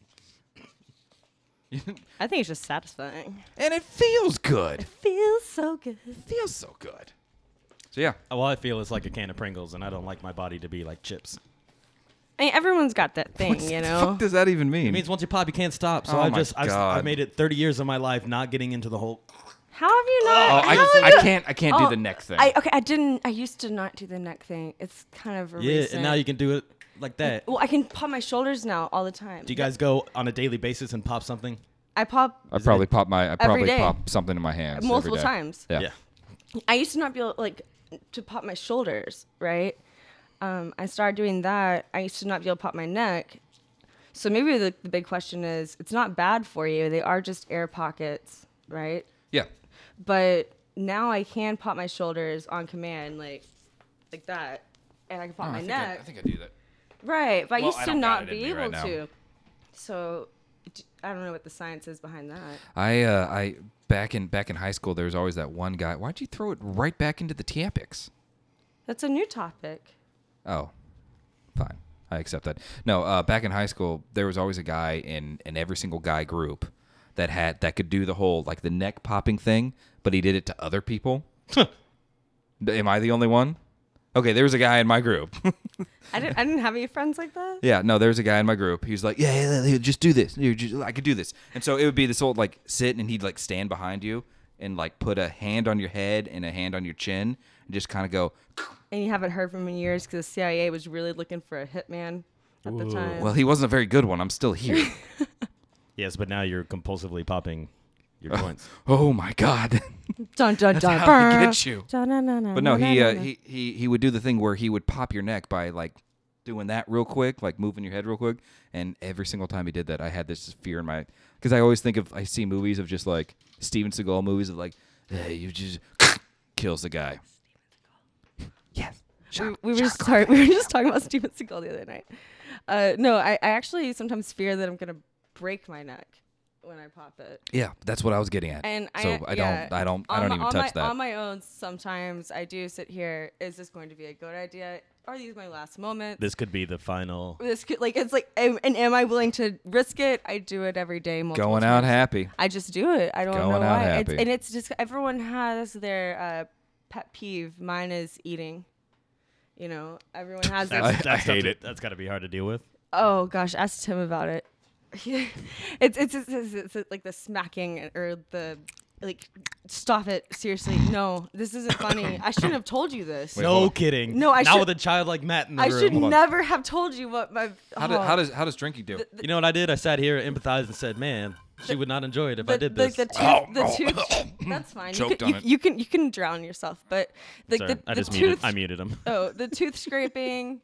Speaker 4: I think it's just satisfying.
Speaker 2: and it feels good.
Speaker 4: Feels so good.
Speaker 2: feels so good. So yeah,
Speaker 1: Well, I feel it's like a can of Pringles, and I don't like my body to be like chips.
Speaker 4: I mean, everyone's got that thing, you
Speaker 2: What
Speaker 4: know.
Speaker 2: does that even mean?
Speaker 1: It means once you pop, you can't stop. So
Speaker 2: Oh
Speaker 1: I
Speaker 2: my
Speaker 1: just I've,
Speaker 2: God.
Speaker 1: I've made it 30 years of my life not getting into the whole.
Speaker 4: How have you
Speaker 2: oh,
Speaker 4: not?
Speaker 2: I,
Speaker 4: how have
Speaker 2: I
Speaker 4: you-
Speaker 2: can't. I can't
Speaker 4: Oh,
Speaker 2: do the neck thing.
Speaker 4: I okay. I didn't. I used to not do the neck thing. It's kind of a
Speaker 1: Yeah,
Speaker 4: recent-
Speaker 1: and now you can do it like that.
Speaker 4: Well, I can pop my shoulders now all the time.
Speaker 1: Do you guys go on a daily basis and pop something?
Speaker 4: I pop
Speaker 2: I probably pop my. I probably
Speaker 4: day.
Speaker 2: pop something in my hands every
Speaker 4: multiple
Speaker 2: day.
Speaker 4: times.
Speaker 2: Yeah.
Speaker 4: I used to not be able like to pop my shoulders, right? Um, I started doing that. I used to not be able to pop my neck. So maybe the, the big question is, it's not bad for you. They are just air pockets, right?
Speaker 2: Yeah.
Speaker 4: But now I can pop my shoulders on command, like like that, and I can pop my neck.
Speaker 2: think Oh, I do that.
Speaker 4: Right, but
Speaker 2: Well,
Speaker 4: I used
Speaker 2: I
Speaker 4: to
Speaker 2: don't got
Speaker 4: not
Speaker 2: it in
Speaker 4: be
Speaker 2: me right
Speaker 4: able
Speaker 2: now.
Speaker 4: to. So d- I don't know what the science is behind that.
Speaker 2: I uh, I back in back in high school there was always that one guy. Why'd you throw it right back into the topics?
Speaker 4: That's a new topic.
Speaker 2: Oh, fine. I accept that. No, uh, back in high school, there was always a guy in in every single guy group that had that could do the whole like the neck popping thing, but he did it to other people. Am I the only one? Okay, there was a guy in my group.
Speaker 4: I didn't. I didn't have any friends like that.
Speaker 2: yeah, no, there was a guy in my group. He was like, yeah, yeah, yeah, just do this. You just- I could do this. And so it would be this old like sit, and he'd like stand behind you and like put a hand on your head and a hand on your chin and just kind of go.
Speaker 4: And you haven't heard from him in years because the CIA was really looking for a hitman at the time.
Speaker 2: Well, he wasn't a very good one. I'm still here.
Speaker 1: Yes, but now you're compulsively popping your joints.
Speaker 2: oh my god.
Speaker 4: dun dun dun.
Speaker 2: how they get you.
Speaker 4: But
Speaker 2: But no, he uh, he he he would do the thing where he would pop your neck by like doing that real quick, like moving your head real quick. And every single time he did that, I had this fear in my because I always think of I see movies of just like Steven Seagal movies of like hey, you just kills the guy. Yes.
Speaker 4: we, we were just sorry, we were just talking about Steven Seagal the other night. Uh, no, I, I actually sometimes fear that I'm gonna break my neck when I pop it.
Speaker 2: Yeah, that's what I was getting at.
Speaker 4: And I,
Speaker 2: so I
Speaker 4: yeah,
Speaker 2: don't I don't I
Speaker 4: on
Speaker 2: don't
Speaker 4: my-
Speaker 2: even
Speaker 4: on
Speaker 2: touch
Speaker 4: my,
Speaker 2: that.
Speaker 4: On my own, sometimes I do sit here. Is this going to be a good idea? Are these my last moments?
Speaker 1: this could be the final.
Speaker 4: This could, like it's like, am, and am I willing to risk it? I do it every day. multiple
Speaker 2: Going out
Speaker 4: times.
Speaker 2: happy.
Speaker 4: I just do it. I don't know
Speaker 2: Going out
Speaker 4: why. It's,
Speaker 2: happy.
Speaker 4: and it's just everyone has their uh, pet peeve. Mine is eating. You know, everyone has.
Speaker 1: That's,
Speaker 4: their
Speaker 1: that's
Speaker 2: I
Speaker 1: tough
Speaker 2: hate
Speaker 1: to-
Speaker 2: it.
Speaker 1: That's got to be hard to deal with.
Speaker 4: oh gosh, asked him about it. it's, it's, it's, it's it's like the smacking or the like. Stop it! Seriously, no, this isn't funny. I shouldn't have told you this.
Speaker 2: hold
Speaker 1: no
Speaker 2: on.
Speaker 1: kidding.
Speaker 4: No, I
Speaker 1: not
Speaker 4: should-
Speaker 1: with a child like Matt in the
Speaker 4: I
Speaker 1: room.
Speaker 4: should
Speaker 1: Hold on.
Speaker 4: never have told you what my.
Speaker 2: How, do,
Speaker 4: oh.
Speaker 2: how does how does drinking do?
Speaker 1: You know what I did? I sat here, empathized, and said, "Man, she would not enjoy it if
Speaker 4: the,
Speaker 1: I did
Speaker 4: the-
Speaker 1: this." Oh,
Speaker 4: The, tooth, the tooth. that's fine. You
Speaker 2: Choked
Speaker 4: can,
Speaker 2: on
Speaker 4: you,
Speaker 2: it.
Speaker 4: you can you can drown yourself, but like
Speaker 1: Sorry,
Speaker 4: the,
Speaker 1: I
Speaker 4: the
Speaker 1: just muted.
Speaker 4: tooth.
Speaker 1: I muted him.
Speaker 4: oh, the tooth scraping,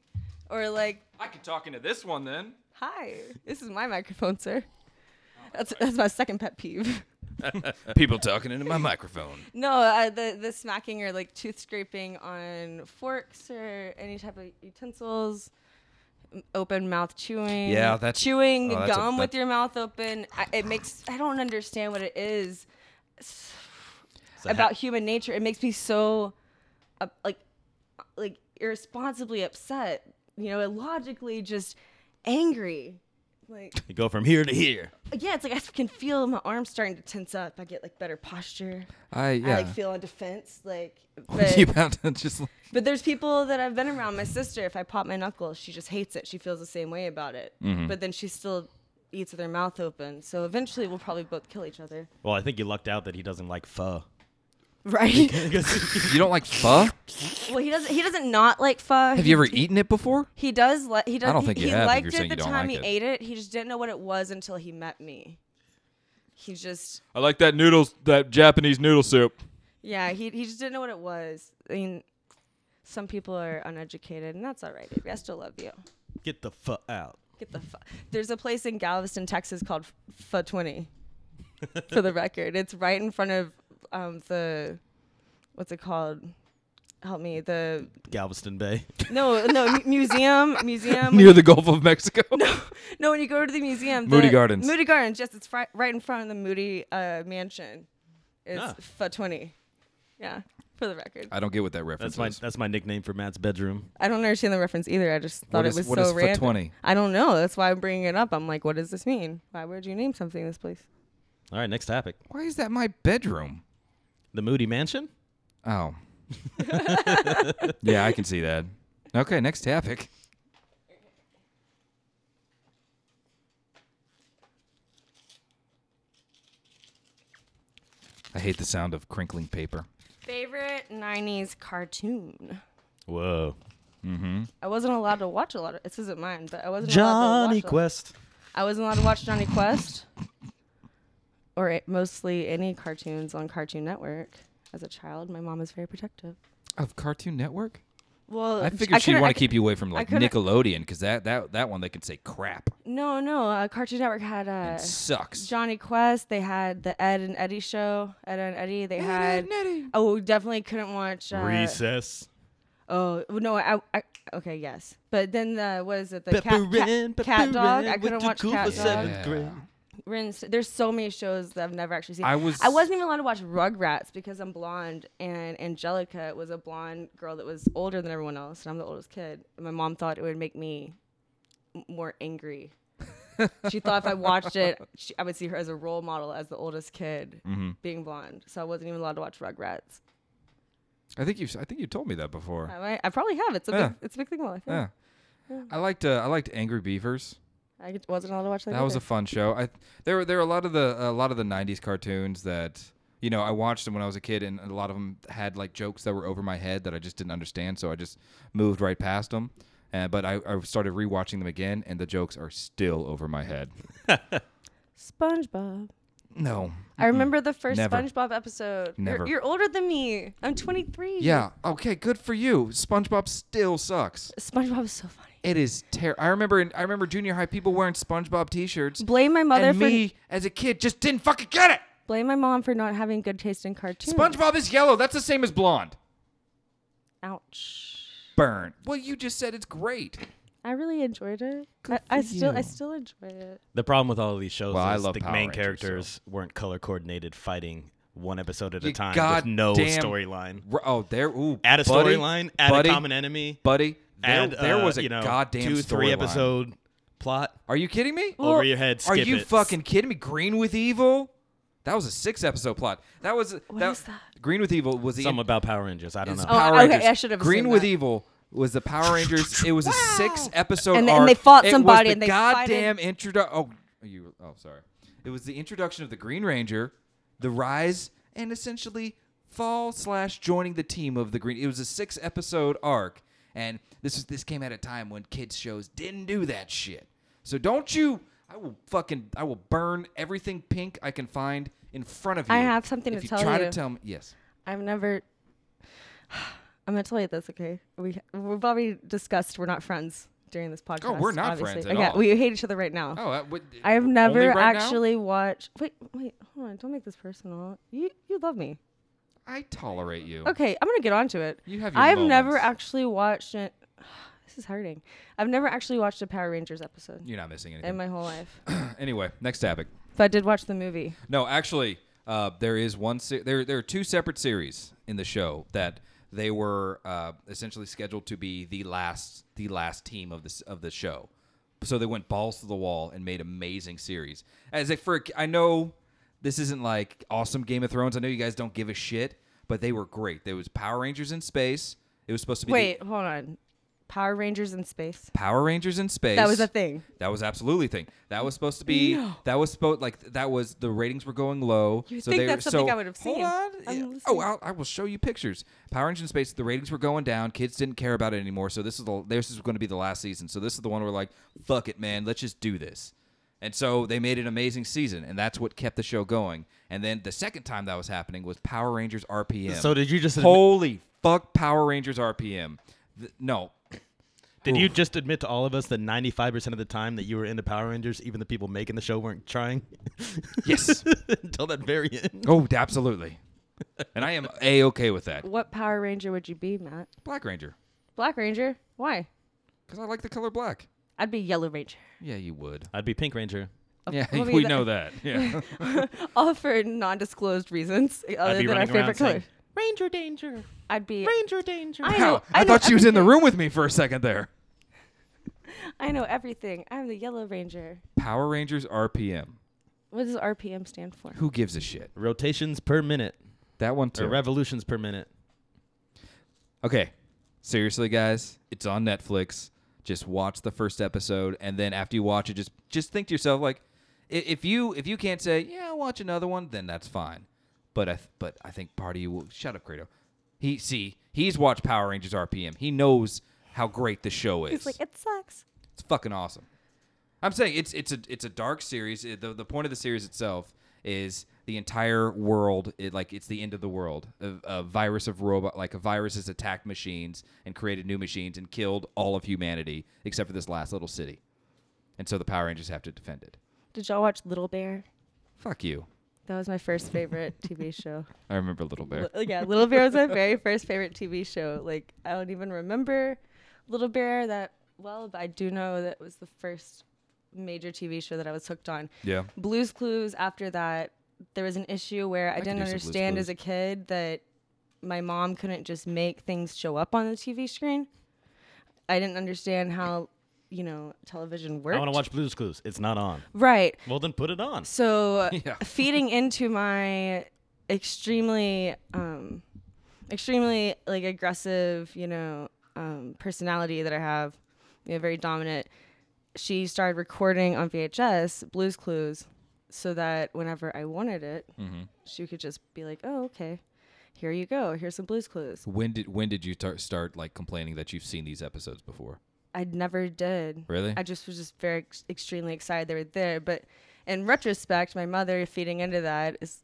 Speaker 4: or like,
Speaker 2: I could talk into this one then.
Speaker 4: hi, this is my microphone, sir. That's that's my second pet peeve.
Speaker 2: Uh, People talking into my microphone.
Speaker 4: No, uh, the the smacking or like tooth scraping on forks or any type of utensils. m- Open mouth chewing.
Speaker 2: Yeah, that's-
Speaker 4: chewing
Speaker 2: oh, that's a-
Speaker 4: gum with
Speaker 2: that-
Speaker 4: your mouth open. I, it makes I don't understand what it is.
Speaker 1: It's a ha-
Speaker 4: about human nature. It makes me so, uh, like, like irresponsibly upset. You know, illogically just angry. Like,
Speaker 1: you go from here to here.
Speaker 4: yeah, it's like I can feel my arms starting to tense up. I get like better posture.
Speaker 2: I
Speaker 4: I
Speaker 2: yeah.
Speaker 4: like feel on defense. Like,
Speaker 2: you
Speaker 4: but,
Speaker 2: about to just like-
Speaker 4: but there's people that I've been
Speaker 2: Mm-hmm.
Speaker 4: around. My sister, if I pop my knuckles, she just hates it. She feels the same way about it. But then she's still eats with their mouth open. So eventually, we'll probably both kill each other.
Speaker 1: Well, I think you lucked out that he doesn't like pho.
Speaker 4: Right?
Speaker 1: 'Cause-
Speaker 2: You don't like pho?
Speaker 4: well, he doesn't. He doesn't not like pho.
Speaker 2: Have you ever eaten it before?
Speaker 4: He does. Li- he does.
Speaker 2: don't
Speaker 4: he-
Speaker 2: think you
Speaker 4: he
Speaker 2: have if
Speaker 4: liked
Speaker 2: you're
Speaker 4: it
Speaker 2: saying
Speaker 4: the
Speaker 2: you don't
Speaker 4: time
Speaker 2: like it.
Speaker 4: he ate it. He just didn't know what it was until he met me. He just.
Speaker 2: I like that noodles, that Japanese noodle soup.
Speaker 4: Yeah, he he just didn't know what it was. I mean, some people are uneducated, and that's all right. Baby. I still love you.
Speaker 1: Get the pho out.
Speaker 4: Get the fu- There's a place in Galveston, Texas called Pho 20. for the record, it's right in front of um, the what's it called? Help me. The
Speaker 1: Galveston Bay.
Speaker 4: no no mu- museum museum
Speaker 2: Near the Gulf of Mexico.
Speaker 4: No, when you go to the museum,
Speaker 2: Moody
Speaker 4: the-
Speaker 2: Gardens.
Speaker 4: Moody Gardens, yes, it's fri- right in front of the Moody uh, Mansion. It's
Speaker 1: Ah.
Speaker 4: FUT 20. Yeah, for the record.
Speaker 2: I don't get what that reference
Speaker 1: That's my
Speaker 2: is.
Speaker 1: that's my nickname for Matt's bedroom.
Speaker 4: I don't understand the reference either. I just thought
Speaker 2: What
Speaker 4: it
Speaker 2: is-
Speaker 4: was
Speaker 2: what
Speaker 4: so
Speaker 2: is FUT
Speaker 4: random.
Speaker 2: 20?
Speaker 4: I don't know. That's why I'm bringing it up. I'm like, what does this mean? Why would you name something this place?
Speaker 1: All right, next topic.
Speaker 2: Why is that my bedroom?
Speaker 1: The Moody Mansion.
Speaker 2: Oh. yeah, I can see that. Okay, next topic. I hate the sound of crinkling paper.
Speaker 4: Favorite 90s cartoon.
Speaker 1: Whoa.
Speaker 4: I wasn't allowed to watch a lot of. This isn't mine, but I wasn't allowed to
Speaker 1: Johnny
Speaker 4: watch. a-
Speaker 1: Quest.
Speaker 4: I wasn't allowed to watch Johnny Quest, or it, mostly any cartoons on Cartoon Network. As a child, my mom was very protective.
Speaker 2: Of Cartoon Network? Um,
Speaker 4: Well,
Speaker 2: I figured she'd
Speaker 4: couldn't-
Speaker 2: want
Speaker 4: I
Speaker 2: to keep you away from like
Speaker 4: couldn't-
Speaker 2: Nickelodeon because that, that that one they could say crap.
Speaker 4: cou- No, no. Uh, Cartoon Network had uh,
Speaker 2: It sucks.
Speaker 4: Johnny Quest. They had the Ed and Eddie show. Ed and Eddie. They had.
Speaker 2: and Eddie.
Speaker 4: Oh, we definitely couldn't watch. Uh,
Speaker 1: Recess.
Speaker 4: Oh no, I, I okay yes, but then the what is it? The cat,
Speaker 1: Pepperin,
Speaker 4: cat, cat dog.
Speaker 1: pepperin,
Speaker 4: I couldn't
Speaker 1: went to
Speaker 4: watch
Speaker 1: school
Speaker 4: cat
Speaker 1: for
Speaker 4: dog.
Speaker 1: seventh grade.
Speaker 4: Rinse. There's so many shows that I've never actually seen.
Speaker 2: I was-
Speaker 4: I wasn't even allowed to watch Rugrats because I'm blonde, and Angelica was a blonde girl that was older than everyone else, and I'm the oldest kid. And my mom thought it would make me m- more angry. she thought if I watched it, she, I would see her as a role model as the oldest kid
Speaker 2: Mm-hmm.
Speaker 4: being blonde. So I wasn't even allowed to watch Rugrats.
Speaker 2: I think you I think you told me that before.
Speaker 4: I, might- I probably have. It's a
Speaker 2: Yeah.
Speaker 4: big, it's a big thing in my life. yeah.
Speaker 2: Yeah. I liked uh, I liked Angry Beavers.
Speaker 4: I get- wasn't allowed to watch that.
Speaker 2: That was a
Speaker 4: either.
Speaker 2: fun show. I there were there were a lot of the a lot of the '90s cartoons that you know I watched them when I was a kid, and a lot of them had like jokes that were over my head that I just didn't understand, so I just moved right past them. Uh, but I, I started rewatching them again, and the jokes are still over my head.
Speaker 4: SpongeBob.
Speaker 2: No.
Speaker 4: I remember the first
Speaker 2: Never.
Speaker 4: SpongeBob episode. You're-
Speaker 2: Never.
Speaker 4: You're, older than me. I'm 23.
Speaker 2: Yeah. Okay. Good for you. SpongeBob still sucks.
Speaker 4: SpongeBob is so funny.
Speaker 2: It is terrible. I remember. In, I remember junior high people wearing SpongeBob T-shirts.
Speaker 4: Blame my mother
Speaker 2: and
Speaker 4: oh, for
Speaker 2: me as a kid just didn't fucking get it.
Speaker 4: blame my mom for not having good taste in cartoons.
Speaker 2: SpongeBob is yellow. That's the same as blonde.
Speaker 4: Ouch.
Speaker 2: Burn. Well, you just said it's great.
Speaker 4: I really enjoyed it. I, I still I
Speaker 2: you.
Speaker 4: still enjoy it.
Speaker 1: The problem with all of these shows
Speaker 2: Well, I
Speaker 1: is
Speaker 2: love
Speaker 1: the
Speaker 2: Power
Speaker 1: main
Speaker 2: Rangers, so-
Speaker 1: characters weren't color coordinated, fighting one episode at
Speaker 2: You
Speaker 1: a time with
Speaker 2: goddamn-
Speaker 1: no storyline.
Speaker 2: R- Oh, there. Ooh,
Speaker 1: Add a
Speaker 2: buddy,
Speaker 1: storyline, add
Speaker 2: buddy,
Speaker 1: a common enemy,
Speaker 2: buddy. There,
Speaker 1: add
Speaker 2: there
Speaker 1: uh,
Speaker 2: was a
Speaker 1: you know,
Speaker 2: goddamn
Speaker 1: two three
Speaker 2: storyline.
Speaker 1: episode plot.
Speaker 2: Are you kidding me?
Speaker 4: Well,
Speaker 1: Over your head,
Speaker 2: Are
Speaker 1: skip
Speaker 2: you
Speaker 1: it.
Speaker 2: fucking kidding me? Green with Evil. That was a six episode plot. That was
Speaker 4: What
Speaker 2: that,
Speaker 4: is that?
Speaker 2: Green with Evil was the
Speaker 1: Something about Power Rangers. I don't know.
Speaker 2: it's Power
Speaker 4: Oh, okay,
Speaker 2: Rangers.
Speaker 4: I should have
Speaker 2: Green
Speaker 4: assumed
Speaker 2: with
Speaker 4: that.
Speaker 2: Evil was the Power Rangers. It was a six episode
Speaker 4: And they-
Speaker 2: arc.
Speaker 4: and they fought
Speaker 2: It was
Speaker 4: somebody
Speaker 2: the
Speaker 4: and they
Speaker 2: goddamn intro. Oh, you. Oh, sorry. It was the introduction of the Green Ranger, the rise, and essentially fall slash joining the team of the Green. It was a six episode arc, and this was this came at a time when kids shows didn't do that shit. So don't you. I will fucking. I will burn everything pink I can find in front of you.
Speaker 4: I have something
Speaker 2: if
Speaker 4: to
Speaker 2: you
Speaker 4: tell
Speaker 2: try
Speaker 4: you.
Speaker 2: to tell me. Yes.
Speaker 4: I've never I'm gonna tell you this, okay? We we've already discussed we're not friends during this podcast.
Speaker 2: Oh, we're not
Speaker 4: obviously.
Speaker 2: friends at
Speaker 4: okay,
Speaker 2: all.
Speaker 4: we hate each other right now.
Speaker 2: Oh, that would,
Speaker 4: I have
Speaker 2: only
Speaker 4: never
Speaker 2: right now?
Speaker 4: actually watched. Wait, wait, hold on! Don't make this personal. You you love me.
Speaker 2: I tolerate you.
Speaker 4: Okay, I'm gonna get onto it.
Speaker 2: You have your
Speaker 4: I've never
Speaker 2: moments.
Speaker 4: actually watched it. This is hurting. I've never actually watched a Power Rangers episode
Speaker 2: You're not missing
Speaker 4: in
Speaker 2: anything.
Speaker 4: my whole life,
Speaker 2: anyway, next topic.
Speaker 4: but I did watch the movie.
Speaker 2: No, actually, uh, there is one. Se- there, there are two separate series in the show that they were uh, essentially scheduled to be the last, the last team of this of the show. So they went balls to the wall and made amazing series. As a for, I know this isn't like awesome Game of Thrones. I know you guys don't give a shit, but they were great. There was Power Rangers in space. It was supposed to be the-
Speaker 4: Wait, hold on. Power Rangers in space.
Speaker 2: Power Rangers in space.
Speaker 4: That was a thing.
Speaker 2: That was absolutely a thing. That was supposed to be. That was supposed like that was the ratings were going low.
Speaker 4: You would
Speaker 2: so
Speaker 4: think
Speaker 2: they,
Speaker 4: that's
Speaker 2: so,
Speaker 4: something I would have seen.
Speaker 2: Hold on.
Speaker 4: I'm
Speaker 2: Yeah. Oh,
Speaker 4: listening.
Speaker 2: I'll, I will show you pictures. Power Rangers in Space. The ratings were going down. Kids didn't care about it anymore. So this is the this is going to be the last season. So this is the one where like fuck it, man, let's just do this. And so they made an amazing season, and that's what kept the show going. And then the second time that was happening was Power Rangers RPM.
Speaker 1: So did you just admit-
Speaker 2: holy fuck Power Rangers RPM? Th- no,
Speaker 1: Did you just admit to all of us that 95% of the time that you were into Power Rangers, even the people making the show weren't trying?
Speaker 2: Yes.
Speaker 1: Until that very end.
Speaker 2: Oh, d- absolutely. and I am a okay with that.
Speaker 4: What Power Ranger would you be, Matt?
Speaker 2: Black Ranger,
Speaker 4: Black Ranger? Why?
Speaker 2: because I like the color black.
Speaker 4: I'd be Yellow Ranger.
Speaker 2: Yeah, you would.
Speaker 1: I'd be Pink Ranger.
Speaker 2: yeah,
Speaker 4: well, I mean,
Speaker 2: we
Speaker 4: that-
Speaker 2: know that. Yeah.
Speaker 4: All for non-disclosed reasons
Speaker 1: I'd
Speaker 4: other
Speaker 1: be
Speaker 4: than our
Speaker 1: running around
Speaker 4: favorite color.
Speaker 1: saying, Ranger danger.
Speaker 4: I'd be
Speaker 1: Ranger danger.
Speaker 4: I
Speaker 2: Wow,
Speaker 4: know,
Speaker 2: I,
Speaker 4: I know
Speaker 2: thought she was in the
Speaker 4: everything.
Speaker 2: room with me for a second there.
Speaker 4: I know everything. I'm the Yellow Ranger.
Speaker 2: Power Rangers RPM.
Speaker 4: What does RPM stand for?
Speaker 2: Who gives a shit?
Speaker 1: Rotations per minute.
Speaker 2: That one too.
Speaker 1: Or revolutions per minute.
Speaker 2: Okay. Seriously, guys, it's on Netflix. Just watch the first episode, and then after you watch it, just just think to yourself like, i- if you if you can't say yeah, I'll watch another one, then that's fine. But I th- but I think part of you will shut up, Credo. He see he's watched Power Rangers RPM. He knows how great the show is.
Speaker 4: It's like it sucks.
Speaker 2: It's fucking awesome. I'm saying it's it's a it's a dark series. It- the the point of the series itself is the entire world. It, like it's the end of the world. A, a virus of robot, like a virus has attacked machines and created new machines and killed all of humanity except for this last little city. And so the Power Rangers have to defend it.
Speaker 4: Did y'all watch Little Bear?
Speaker 2: Fuck you.
Speaker 4: That was my first favorite TV show.
Speaker 2: I remember Little Bear.
Speaker 4: Li- yeah, Little Bear was my very first favorite TV show. Like I don't even remember Little Bear that well, but I do know that was the first major TV show that I was hooked on.
Speaker 2: Yeah.
Speaker 4: Blues Clues after that, there was an issue where I,
Speaker 2: could
Speaker 4: didn't
Speaker 2: do some Blue's
Speaker 4: understand
Speaker 2: Clues.
Speaker 4: as a kid that my mom couldn't just make things show up on the TV screen. I didn't understand how, you know, television worked.
Speaker 1: I want to watch Blues Clues. It's not on.
Speaker 4: Right.
Speaker 1: Well, then put it on.
Speaker 4: So
Speaker 2: Yeah.
Speaker 4: feeding into my extremely, um, extremely like aggressive, you know, um, personality that I have, you know, very dominant. She started recording on VHS Blues Clues, so that whenever I wanted it, she could just be like, "Oh, okay, here you go. Here's some Blues Clues."
Speaker 2: When did when did you tar- start like complaining that you've seen these episodes before?
Speaker 4: I never did.
Speaker 2: Really?
Speaker 4: I just was just very ex- extremely excited they were there. But in retrospect, my mother feeding into that is,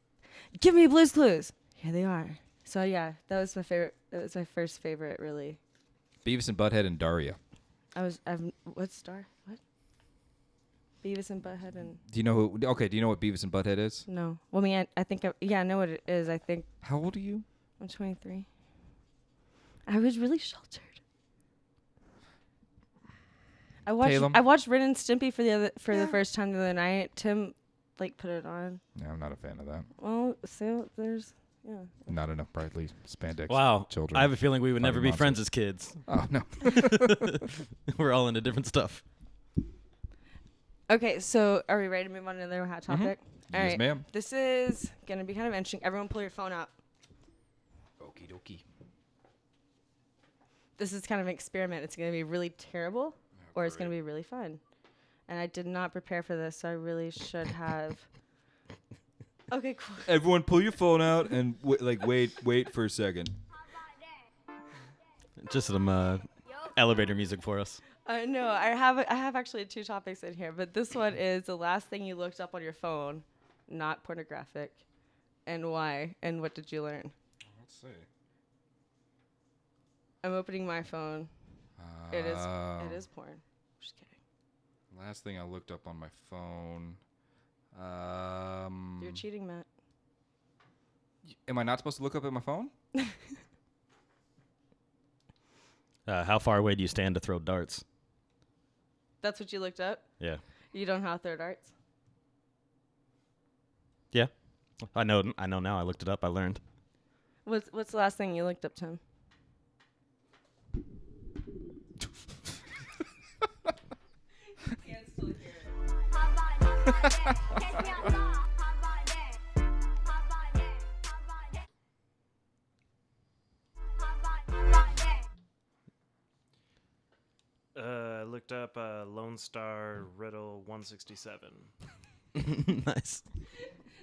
Speaker 4: give me Blue's Clues. Here they are. So yeah, that was my favorite. That was my first favorite. Really,
Speaker 2: Beavis and Butthead and Daria.
Speaker 4: I was. I'm. What star? What? Beavis and Butthead and
Speaker 2: Do you know who? Okay, do you know what Beavis and Butthead is?
Speaker 4: no. Well, I mean, I, I think. I, yeah, I know what it is. I think
Speaker 2: How old are you?
Speaker 4: I'm 23. I was really sheltered. I watched
Speaker 2: Talem?
Speaker 4: I watched Ren and Stimpy for the other for the first time the other night. Tim like put it on.
Speaker 2: Yeah, I'm not a fan of that.
Speaker 4: Well, so there's yeah.
Speaker 2: Not enough brightly spandex.
Speaker 1: Wow.
Speaker 2: children.
Speaker 1: I have a feeling we would
Speaker 2: Fucking
Speaker 1: never be
Speaker 2: monsters.
Speaker 1: friends as kids.
Speaker 2: oh no.
Speaker 1: We're all into different stuff.
Speaker 4: Okay, so are we ready to move on to another hot topic? All
Speaker 2: Mm-hmm. Yes,
Speaker 4: right.
Speaker 2: ma'am.
Speaker 4: This is gonna be kind of interesting. Everyone, pull your phone out.
Speaker 2: Okie
Speaker 4: This is kind of an experiment. It's gonna be really terrible,
Speaker 2: Oh,
Speaker 4: or it's gonna be really fun. And I did not prepare for this, so I really should have. okay, cool.
Speaker 2: Everyone, pull your phone out and w- like wait, wait for a second.
Speaker 1: Just some uh, elevator music for us.
Speaker 4: Uh, no, I have I have actually two topics in here, but this one is the last thing you looked up on your phone, not pornographic, and why, and what did you learn?
Speaker 2: Let's see.
Speaker 4: I'm opening my phone. It is
Speaker 2: Oh.
Speaker 4: it is porn. Just kidding.
Speaker 2: Um, Last thing I looked up on my phone. Um, Mm.
Speaker 4: You're cheating, Matt.
Speaker 2: am I not supposed to look up at my phone?
Speaker 1: Uh, how far away do you stand to throw darts?
Speaker 4: That's what you looked up.
Speaker 1: Yeah.
Speaker 4: You don't know how to throw darts.
Speaker 1: Yeah. I know. I know now. I looked it up. I learned.
Speaker 4: What's what's the last thing you looked up, Tim?
Speaker 5: looked up uh, Lone Star Riddle 167.
Speaker 1: nice.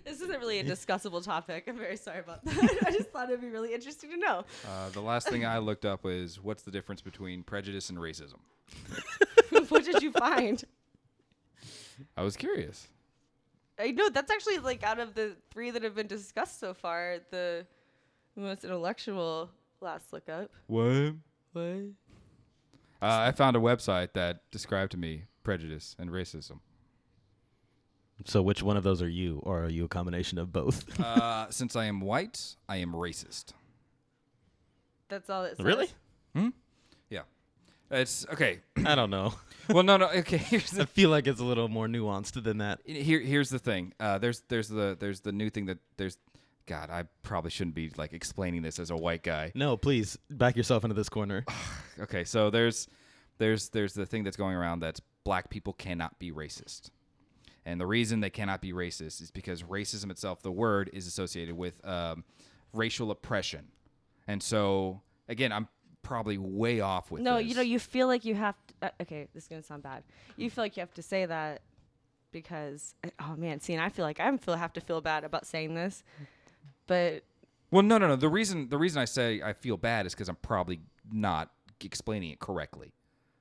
Speaker 4: This isn't really a discussable topic. I'm very sorry about that. I just thought it'd be really interesting to know.
Speaker 2: Uh, the last thing I looked up was what's the difference between prejudice and racism.
Speaker 4: what did you find?
Speaker 2: I was curious.
Speaker 4: I know that's actually like out of the three that have been discussed so far, the most intellectual last look up.
Speaker 2: What?
Speaker 4: What?
Speaker 2: Uh, I found a website that described to me prejudice and racism.
Speaker 1: So, which one of those are you, or are you a combination of both?
Speaker 2: Uh, since I am white, I am racist.
Speaker 4: That's all it says.
Speaker 1: really?
Speaker 2: Yeah. It's okay.
Speaker 1: I don't know.
Speaker 2: Well, no, no. Okay, here's
Speaker 1: I
Speaker 2: the
Speaker 1: feel like it's a little more nuanced than that.
Speaker 2: here, here's the thing. Uh, there's there's the there's the new thing that there's. God, I probably shouldn't be like explaining this as a white guy.
Speaker 1: No, please back yourself into this corner.
Speaker 2: Okay, so there's there's there's the thing that's going around that's black people cannot be racist. And the reason they cannot be racist is because racism itself, the word, is associated with um, racial oppression. And so, again, I'm probably way off with
Speaker 4: No,
Speaker 2: this.
Speaker 4: you know, you feel like you have to. Uh, okay, this is gonna sound bad. You feel like you have to say that because oh man, see, and I feel like I feel have to feel bad about saying this, but
Speaker 2: Well, no, no, no. The reason the reason I say I feel bad is because I'm probably not explaining it correctly.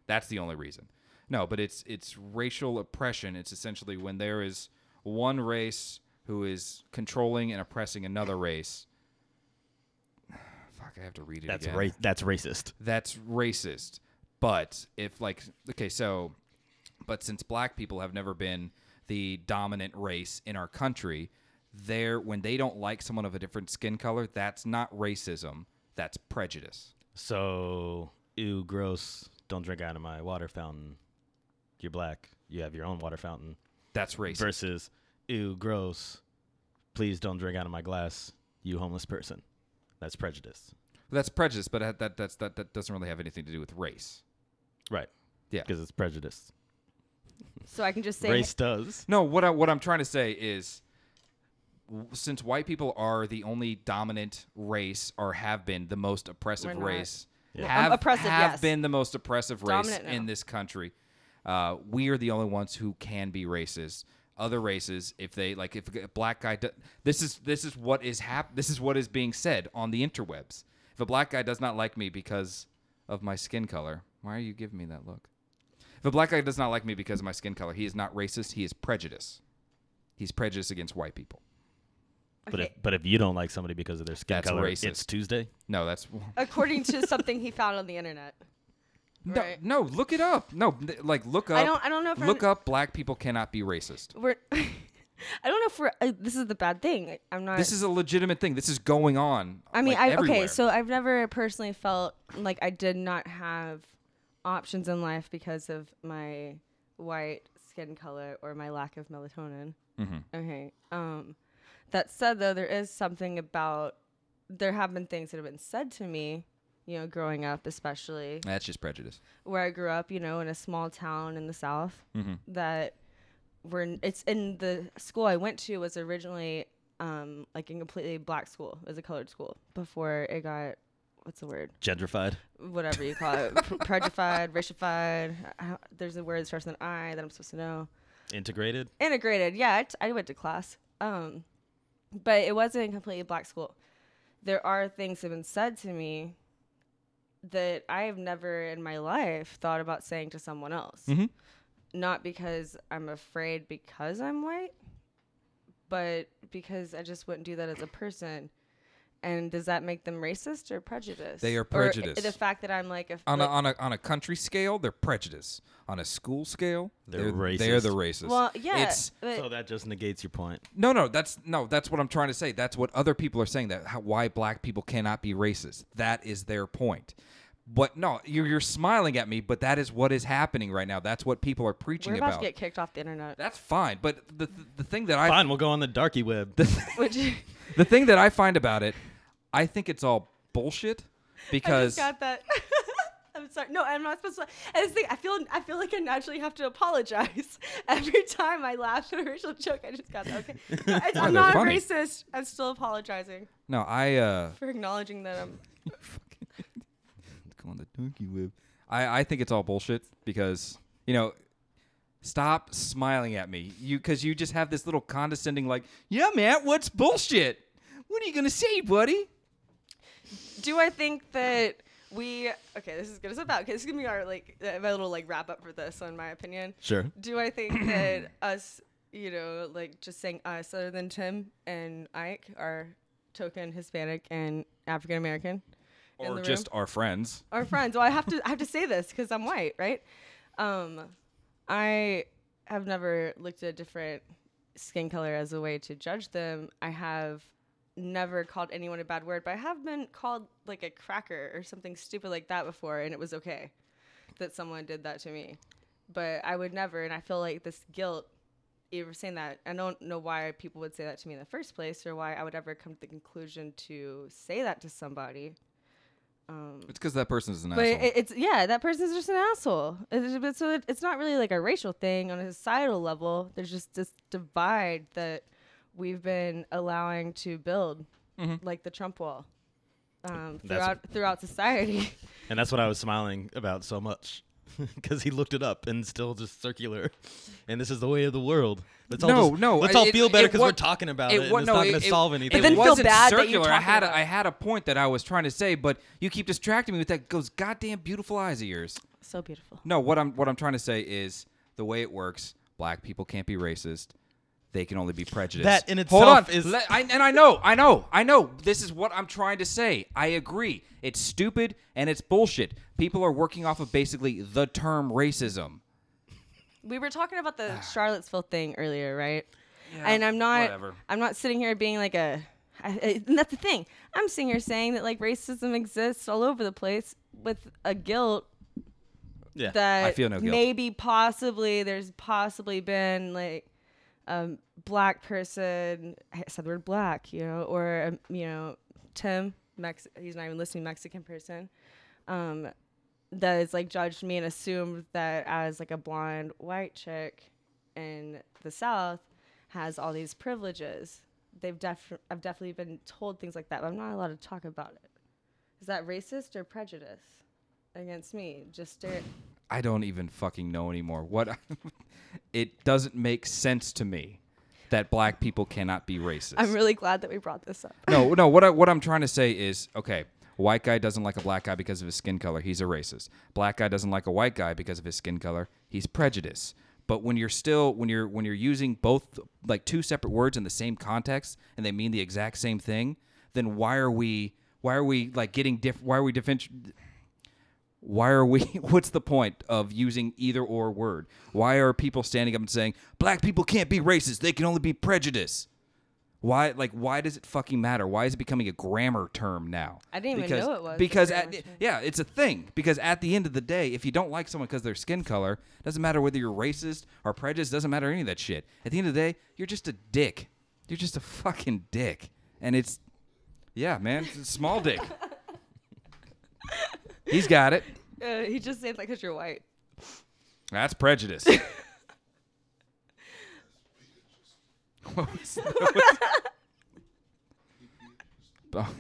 Speaker 2: That's the only reason. No, but it's it's racial oppression. It's essentially when there is one race who is controlling and oppressing another race. Fuck, I have to read it.
Speaker 1: That's
Speaker 2: again
Speaker 1: ra- That's racist.
Speaker 2: that's racist. But if like okay, so but since black people have never been the dominant race in our country, there when they don't like someone of a different skin color, that's not racism, that's prejudice.
Speaker 1: So, ew, gross. Don't drink out of my water fountain. You're black. You have your own water fountain.
Speaker 2: That's racist.
Speaker 1: Versus, ew, gross. Please don't drink out of my glass. You homeless person. That's prejudice.
Speaker 2: that's prejudice, but that- that that's that, that doesn't really have anything to do with race.
Speaker 1: Right.
Speaker 2: Yeah.
Speaker 1: Because it's prejudice.
Speaker 4: so I can just say
Speaker 1: Race does.
Speaker 2: No, what I, what I'm trying to say is w- since white people are the only dominant race or have been the most oppressive
Speaker 4: We're not.
Speaker 2: race
Speaker 1: Yeah.
Speaker 2: have,
Speaker 4: Um, oppressive,
Speaker 2: have
Speaker 4: yes.
Speaker 2: been the most oppressive race
Speaker 4: Dominant
Speaker 2: in
Speaker 4: now.
Speaker 2: this country. Uh, we are the only ones who can be racist. Other races, if they like, if a black guy, do, this is this is what is hap- This is what is being said on the interwebs. If a black guy does not like me because of my skin color, why are you giving me that look? If a black guy does not like me because of my skin color, he is not racist. He is prejudice. He's prejudiced against white people.
Speaker 1: But if
Speaker 4: Okay.
Speaker 1: but if you don't like somebody because of their skin
Speaker 2: That's
Speaker 1: color,
Speaker 2: racist.
Speaker 1: it's Tuesday.
Speaker 2: No, that's
Speaker 4: according to something he found on the internet.
Speaker 2: no,
Speaker 4: Right.
Speaker 2: no. Look it up. No, th- like look up.
Speaker 4: I don't- I don't know if I'm-
Speaker 2: look up. Black people cannot be racist.
Speaker 4: We're I don't know if we're uh, this is the bad thing. I'm not.
Speaker 2: This is a legitimate thing. This is going on.
Speaker 4: I mean,
Speaker 2: like,
Speaker 4: I okay.
Speaker 2: everywhere.
Speaker 4: So I've never personally felt like I did not have options in life because of my white skin color or my lack of melatonin.
Speaker 2: Mm-hmm.
Speaker 4: Okay. Um, that said, though, there is something about there have been things that have been said to me, you know, growing up, especially
Speaker 2: that's just prejudice.
Speaker 4: where I grew up, you know, in a small town in the South that were n- it's in the school I went to was originally um, like a completely black school. It was a colored school before it got what's the word?
Speaker 1: Gentrified.
Speaker 4: Whatever you call it, Pre- prejudified, racialified. I don't- There's a word that starts with an I that I'm supposed to know
Speaker 1: Integrated.
Speaker 4: integrated. Yeah, I, t- I went to class. Um, but it wasn't a completely black school. There are things that have been said to me that I have never in my life thought about saying to someone else.
Speaker 2: Mm-hmm.
Speaker 4: Not because I'm afraid because I'm white, but because I just wouldn't do that as a person. And does that make them racist or prejudiced?
Speaker 2: They are
Speaker 4: Or i-
Speaker 2: prejudiced.
Speaker 4: the fact that I'm like a
Speaker 2: On a,
Speaker 4: like-
Speaker 2: on a on a country scale, they're prejudice. On a school scale,
Speaker 1: They're racist.
Speaker 2: They're the racist.
Speaker 4: well, yeah,
Speaker 2: It's
Speaker 4: but-
Speaker 1: So Oh, that just negates your point.
Speaker 2: no, no. That's no. That's what I'm trying to say. That's what other people are saying. That how, why black people cannot be racist. That is their point. But no, you're you're smiling at me. But that is what is happening right now. That's what people are preaching
Speaker 4: we're about,
Speaker 2: about.
Speaker 4: to get kicked off the internet.
Speaker 2: that's fine. But the the, the thing that I
Speaker 1: Fine, we'll go on the darky web.
Speaker 4: Would you?
Speaker 2: the thing that I find about it, I think it's all bullshit
Speaker 4: I
Speaker 2: because
Speaker 4: just got that. I'm sorry. No, I'm not supposed to. I just think I feel I feel like I naturally have to apologize every time I laugh at a racial joke. I just got that. Okay, No, it's-
Speaker 2: they're
Speaker 4: I'm not a
Speaker 2: funny.
Speaker 4: racist. I'm still apologizing
Speaker 2: no, I uh,
Speaker 4: for acknowledging that um, I'm.
Speaker 2: Go on the donkey whip. I, I think it's all bullshit because you know, stop smiling at me. You because you just have this little condescending like, yeah, Matt, what's bullshit? What are you gonna say, buddy?
Speaker 4: do I think that we okay? This is gonna step out. 'cause This is gonna be our like uh, my little like wrap up for this. In my opinion,
Speaker 1: Sure.
Speaker 4: do I think that us, you know, like just saying us other than Tim and Ike are token Hispanic and African American, in
Speaker 2: Or
Speaker 4: the
Speaker 2: just
Speaker 4: room?
Speaker 2: our friends.
Speaker 4: our friends. Well, I have to I have to say this because I'm white, right? Um, I have never looked at a different skin color as a way to judge them. I have never called anyone a bad word, but I have been called like a cracker or something stupid like that before, and it was okay that someone did that to me. But I would never, and I feel like this guilt ever saying that. I don't know why people would say that to me in the first place, or why I would ever come to the conclusion to say that to somebody.
Speaker 2: It's because that person is an
Speaker 4: But
Speaker 2: asshole.
Speaker 4: it, it's yeah, that person's just an asshole. It's, but so it, it's not really like a racial thing on a societal level. There's just this divide that we've been allowing to build,
Speaker 2: Mm-hmm.
Speaker 4: like the Trump wall, um,
Speaker 1: That's-
Speaker 4: throughout throughout society.
Speaker 1: And that's what I was smiling about so much. Because he looked it up and still just circular, and this is the way of the world. Let's all
Speaker 2: no,
Speaker 1: just-
Speaker 2: no.
Speaker 1: Let's all
Speaker 2: it-
Speaker 1: feel better
Speaker 2: it
Speaker 1: because we're
Speaker 2: wa-
Speaker 1: talking about it. and
Speaker 2: wa-
Speaker 1: it's
Speaker 2: no,
Speaker 1: not going to solve anything.
Speaker 2: It
Speaker 4: then feel
Speaker 2: wasn't
Speaker 4: bad that you
Speaker 2: circular. I
Speaker 4: talked
Speaker 2: had a,
Speaker 4: about
Speaker 2: I
Speaker 4: it.
Speaker 2: had a point that I was trying to say, but you keep distracting me with that those goddamn beautiful eyes of yours.
Speaker 4: so beautiful.
Speaker 2: No, what I'm what I'm trying to say is the way it works. Black people can't be racist. They can only be prejudiced.
Speaker 1: That in
Speaker 2: Hold on.
Speaker 1: itself is-
Speaker 2: Le- I- and I know, I know, I know. This is what I'm trying to say. I agree. It's stupid and it's bullshit. People are working off of basically the term racism.
Speaker 4: We were talking about
Speaker 2: Ah.
Speaker 4: the Charlottesville thing earlier, right? and I'm not
Speaker 2: whatever.
Speaker 4: I'm not sitting here being like a I, I- and that's the thing. I'm sitting here saying that like racism exists all over the place with a guilt
Speaker 1: yeah.
Speaker 4: that
Speaker 2: I feel no guilt.
Speaker 4: maybe possibly there's possibly been like um black person I said the word black you know or um, you know tim Mex- he's not even listening mexican person um that is like judged me and assumed that as like a blonde white chick in the south has all these privileges they've def i've definitely been told things like that but i'm not allowed to talk about it is that racist or prejudice against me just stare
Speaker 2: I don't even fucking know anymore. What? it doesn't make sense to me that black people cannot be racist.
Speaker 4: I'm really glad that we brought this up.
Speaker 2: no, no. What I what I'm trying to say is, okay, a white guy doesn't like a black guy because of his skin color. He's a racist. Black guy doesn't like a white guy because of his skin color. He's prejudiced. But when you're still when you're when you're using both like two separate words in the same context and they mean the exact same thing, then why are we why are we like getting diff? Why are we different? why are we what's the point of using either or word why are people standing up and saying black people can't be racist they can only be prejudice why like why does it fucking matter why is it becoming a grammar term now
Speaker 4: I didn't even know it was a
Speaker 2: because
Speaker 4: grammar
Speaker 2: at,
Speaker 4: term.
Speaker 2: yeah it's a thing because at the end of the day if you don't like someone because their skin color doesn't matter whether you're racist or prejudiced doesn't matter any of that shit at the end of the day you're just a dick you're just a fucking dick and it's yeah man it's a small dick he's got it
Speaker 4: Uh, he just said like, "Cause you're white."
Speaker 2: That's prejudice. What was- that was-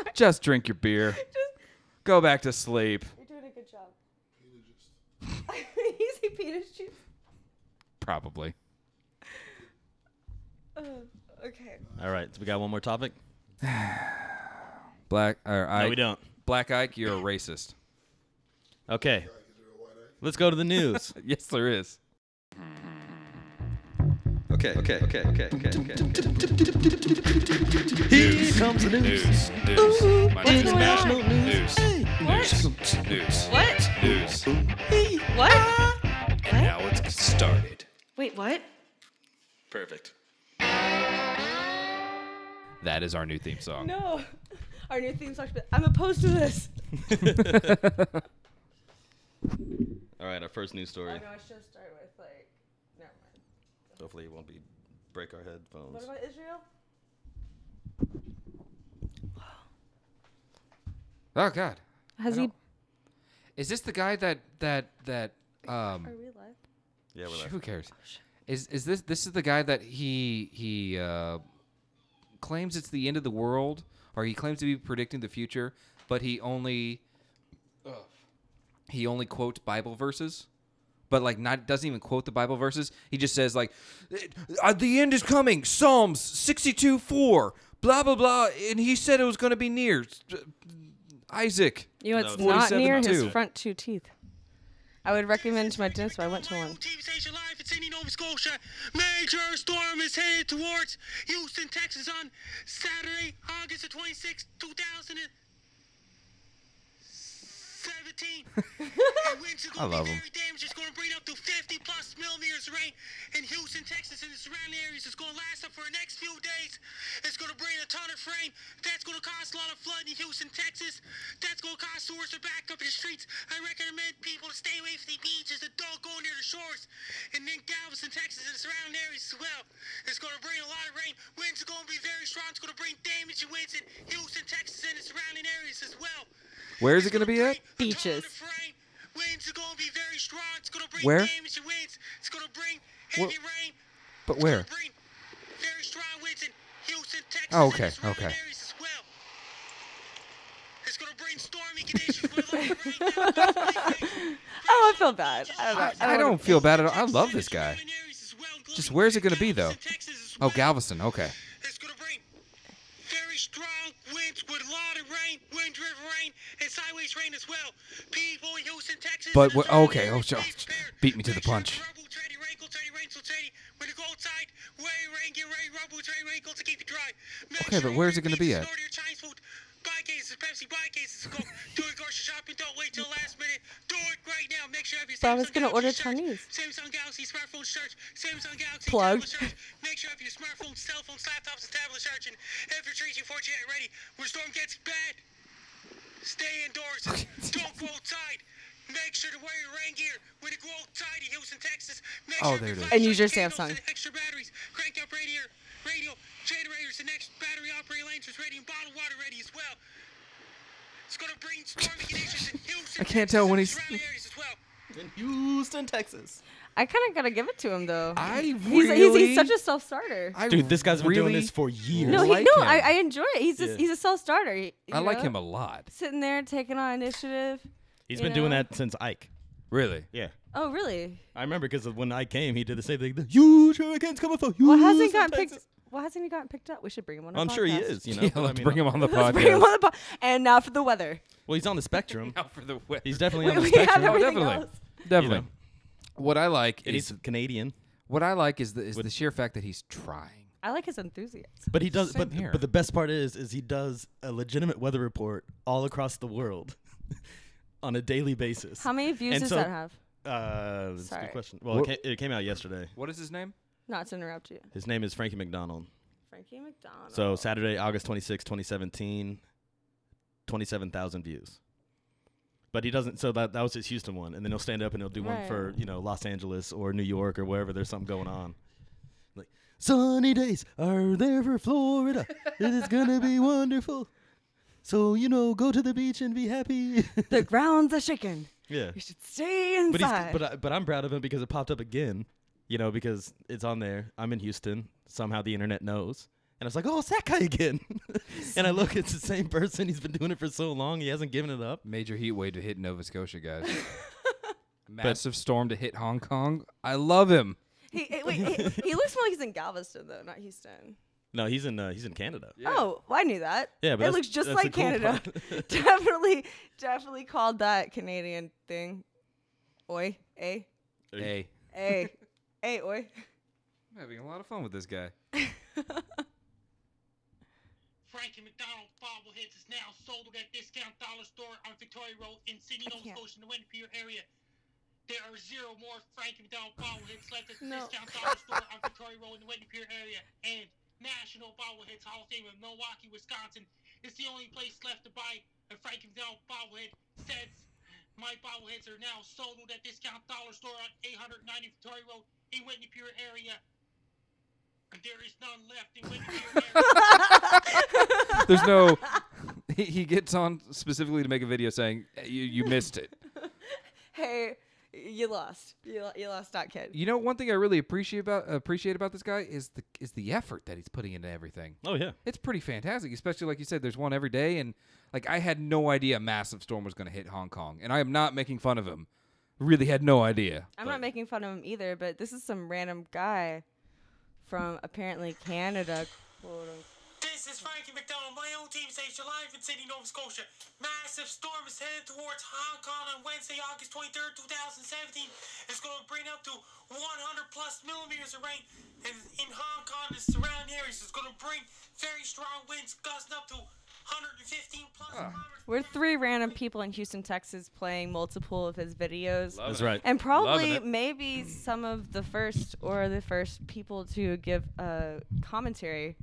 Speaker 2: Oh. Just drink your beer. Go back to sleep.
Speaker 4: You're doing a good job. Easy penis juice.
Speaker 2: Probably.
Speaker 4: Okay.
Speaker 1: All right. So we got one more topic.
Speaker 2: Black or Ike,
Speaker 1: no, we don't.
Speaker 2: Black Ike, you're a racist.
Speaker 1: Okay. Let's go to the news.
Speaker 2: Yes, there is.
Speaker 7: Okay, okay, okay, okay, okay, okay.
Speaker 1: Here comes the news.
Speaker 7: News, news, my international news, news, news,
Speaker 4: What?
Speaker 7: news,
Speaker 4: What?
Speaker 7: and now it's started.
Speaker 4: Uh, Wait, what?
Speaker 7: Perfect.
Speaker 2: That is our new theme song.
Speaker 4: No. Our new theme song. I'm opposed to this.
Speaker 1: All right. Our first news story.
Speaker 4: I should start with like. Never mind.
Speaker 1: Hopefully, it won't be break our headphones.
Speaker 4: about Israel?
Speaker 2: Oh God.
Speaker 4: Has he?
Speaker 2: Is this the guy that that that um
Speaker 4: Are we live?
Speaker 1: Yeah, we're
Speaker 2: Who
Speaker 4: Oh,
Speaker 2: cares? Is is this this is the guy that he he uh, claims it's the end of the world, or he claims to be predicting the future, but he only he only quotes Bible verses. but like not doesn't even quote the Bible verses. He just says like, "Uh, "The end is coming." Psalms sixty-two four. Blah blah blah. And he said it was going to be near Isaac.
Speaker 4: You know, it's
Speaker 5: No,
Speaker 4: not
Speaker 5: 47
Speaker 4: near his
Speaker 2: too.
Speaker 4: front two teeth. I would recommend to my dentist, but I went to one.
Speaker 8: Team Station Live in Sydney, Nova Scotia. Major storm is headed towards Houston, Texas on Saturday, August the 26th, 2017. And winds are going
Speaker 2: love
Speaker 8: to be
Speaker 2: 'em.
Speaker 8: very damaged. It's going to bring up to 50 plus millimeters of rain in Houston, Texas, and the surrounding areas. It's going to last up for the next few days. It's going to bring a ton of rain. That's going to cause a lot of flooding in Houston, Texas. That's going to cause sewers to back up in the streets. I recommend people to stay away from the beaches and don't go near the shores. And then Galveston, Texas, and the surrounding areas as well. It's going to bring a lot of rain. Winds are going to be very strong. It's going to bring damage and winds in Houston, Texas, and the surrounding areas as well.
Speaker 2: Where is it going to be at?
Speaker 4: Beaches.
Speaker 8: Winds are gonna be very strong. It's gonna bring
Speaker 2: Where?
Speaker 8: damage and winds. It's gonna bring heavy rain.
Speaker 2: But
Speaker 8: It's
Speaker 2: where?
Speaker 8: gonna bring very strong winds in Houston, Texas.
Speaker 2: Oh,
Speaker 8: and
Speaker 2: okay,
Speaker 8: the surrounding
Speaker 2: okay.
Speaker 8: areas as well. It's gonna bring stormy conditions with a lot of rain. Down
Speaker 4: Oh, I feel bad. I don't know.
Speaker 2: I
Speaker 4: wanna-
Speaker 2: don't feel bad at all. I love this guy. Just where's it gonna be, though? Oh, Galveston. Okay.
Speaker 8: It's gonna bring very strong winds with a lot of rain, wind driven rain, and sideways rain as well. People in Houston, Texas.
Speaker 2: But
Speaker 8: and the
Speaker 2: what-
Speaker 8: surrounding
Speaker 2: okay,
Speaker 8: areas,
Speaker 2: oh,
Speaker 8: please
Speaker 2: sh-
Speaker 8: prepare.
Speaker 2: beat me to
Speaker 8: Make
Speaker 2: the
Speaker 8: sure
Speaker 2: punch.
Speaker 8: the Rubble, dirty rain, cold, dirty rain, so dirty. When it goes tight, rain, rain, get rain, rubble, dirty rain, cold to keep it dry. Make
Speaker 2: Okay, but
Speaker 8: you
Speaker 2: where's it
Speaker 8: bring
Speaker 2: gonna be at?
Speaker 8: pieces in order your Chinese food. Buy cases, Pepsi, buy cases. Go do your grocery shopping. Don't wait till the last minute. Do it right now. Make sure you have your
Speaker 4: But I was
Speaker 8: Samsung
Speaker 4: gonna
Speaker 8: Galaxy
Speaker 4: order
Speaker 8: search,
Speaker 4: Chinese.
Speaker 8: Samsung Galaxy smartphone search. Samsung Galaxy
Speaker 4: Plug.
Speaker 8: tablet search. Make sure if your smartphone, cell phones, laptops, and tablets are charging. If you're treating 4G ready, when storm gets bad, stay indoors. Don't go outside. Make sure to wear your rain gear when it go outside in Houston, Texas. Make
Speaker 2: Oh,
Speaker 8: sure
Speaker 2: there it
Speaker 8: if
Speaker 2: is.
Speaker 8: your
Speaker 4: And use your Samsung.
Speaker 8: flashlights, candles, and Extra batteries. Crank up radio, radio generators, and next battery operated lanterns ready, and bottled water ready as well. It's gonna bring stormy conditions in Houston.
Speaker 2: I can't tell
Speaker 8: Texas,
Speaker 2: when
Speaker 8: and
Speaker 2: he's-
Speaker 8: surrounding areas as well.
Speaker 9: In Houston, Texas.
Speaker 4: I kind of gotta give it to him though.
Speaker 2: I
Speaker 4: he's, he's,
Speaker 2: really-
Speaker 4: he's such a self starter.
Speaker 2: I
Speaker 1: Dude, this guy's been doing
Speaker 2: really-
Speaker 1: this for years.
Speaker 4: No, he,
Speaker 2: like
Speaker 4: no, I,
Speaker 2: him.
Speaker 4: I enjoy it. He's just, he's a self starter.
Speaker 2: I like him a lot.
Speaker 4: Sitting there taking on initiative.
Speaker 1: He's
Speaker 4: you
Speaker 1: been doing
Speaker 4: know?
Speaker 1: that since Ike.
Speaker 2: Really?
Speaker 1: Yeah.
Speaker 4: Oh really?
Speaker 1: I remember because when I came, he did the same thing. The huge hurricane's coming for you.
Speaker 4: Well, hasn't gotten picked? Well, hasn't he gotten picked up? We should bring him on. our
Speaker 1: I'm sure he
Speaker 4: podcast.
Speaker 1: is. You know,
Speaker 2: Yeah,
Speaker 1: but I
Speaker 2: let's
Speaker 1: mean, uh,
Speaker 2: bring him on the
Speaker 4: Let's bring him
Speaker 2: podcast.
Speaker 4: on the po- And now for the weather.
Speaker 1: Well, he's on the spectrum.
Speaker 2: Out for the
Speaker 1: He's definitely
Speaker 4: We,
Speaker 1: on the
Speaker 4: we
Speaker 1: spectrum.
Speaker 4: have everything
Speaker 2: definitely.
Speaker 4: else.
Speaker 2: Definitely.
Speaker 1: You know.
Speaker 2: What I like
Speaker 1: And
Speaker 2: is
Speaker 1: he's Canadian,
Speaker 2: what I like is the, is
Speaker 1: Would-
Speaker 2: the sheer fact that he's trying.
Speaker 4: I like his enthusiasm.
Speaker 1: but he does.
Speaker 2: Same
Speaker 1: But
Speaker 2: here.
Speaker 1: but the best part is, is he does a legitimate weather report all across the world on a daily basis.
Speaker 4: How many views
Speaker 1: And
Speaker 4: does
Speaker 1: so-
Speaker 4: that have?
Speaker 1: Uh, that's a
Speaker 4: Sorry.
Speaker 1: good question. Well, it
Speaker 2: What-
Speaker 1: came, it came out yesterday.
Speaker 2: What is his name?
Speaker 4: Not to interrupt you,
Speaker 1: His name is Frankie McDonald.
Speaker 4: Frankie McDonald.
Speaker 1: So Saturday, August 26, 2017, 27,000 views. But he doesn't. So that that was his Houston one, and then he'll stand up and he'll do one
Speaker 4: Right.
Speaker 1: for you know Los Angeles or New York or wherever there's something going on. Like sunny days are there for Florida. it is gonna be wonderful. So you know, go to the beach and be happy.
Speaker 4: the grounds are shaking.
Speaker 1: yeah.
Speaker 4: You should stay
Speaker 1: But he's,
Speaker 4: inside.
Speaker 1: but I, but I'm proud of him because it popped up again. You know because it's on there. I'm in Houston. Somehow the internet knows, and I was like, oh, it's that guy again. and I look, it's the same person. He's been doing it for so long. He hasn't given it up.
Speaker 2: Major heat wave to hit Nova Scotia, guys. Massive storm to hit Hong Kong. I love him.
Speaker 4: he, eh, wait, he, he looks more like he's in Galveston though, not Houston.
Speaker 1: No, he's in uh, he's in Canada.
Speaker 4: Oh, well, I knew that.
Speaker 1: Yeah, but that's-
Speaker 4: it looks just
Speaker 1: that's
Speaker 4: like
Speaker 1: the cool
Speaker 4: Canada. definitely, definitely called that Canadian thing. Oi, eh,
Speaker 2: Hey,
Speaker 4: eh, eh, oi.
Speaker 2: I'm having a lot of fun with this guy.
Speaker 8: Frankie McDonald bobbleheads is now sold at discount dollar store on Victoria Road in Sydney, Nova
Speaker 4: can't.
Speaker 8: Scotia, in the Winterpier area. There are zero more Frankie McDonald bobbleheads left at the
Speaker 4: No.
Speaker 8: discount dollar store on Victoria Road in the Winterpier area. And National Bobbleheads Hall of Fame of Milwaukee, Wisconsin is the only place left to buy a Frankie McDonald bobblehead since my bobbleheads are now sold at discount dollar store on 890 Victoria Road in Winterpier area. And there is none left in Winterpier area.
Speaker 2: There's no. he, he gets on specifically to make a video saying "Eh, you, you missed it.
Speaker 4: Hey, you lost. You, lo- you lost that kid.
Speaker 2: You know, one thing I really appreciate about appreciate about this guy is the is the effort that he's putting into everything.
Speaker 1: Oh yeah.
Speaker 2: It's pretty fantastic, especially like you said. There's one every day, and like I had no idea a massive storm was going to hit Hong Kong, and I am not making fun of him. Really had no idea.
Speaker 4: I'm not making fun of him either, but this is some random guy from apparently Canada. Quote unquote.
Speaker 8: This is Frankie McDonald. My own team says live in Sydney, Nova Scotia. Massive storm is headed towards Hong Kong on Wednesday, August 23rd, 2017. It's going to bring up to 100 plus millimeters of rain. And in Hong Kong and surrounding areas, it's going to bring very strong winds gusting up to 115 plus kilometers.
Speaker 4: We're three random people in Houston, Texas, playing multiple of his videos.
Speaker 7: Love
Speaker 1: That's
Speaker 7: it.
Speaker 1: right.
Speaker 4: and probably
Speaker 1: it.
Speaker 4: maybe some of the first or the first people to give a commentary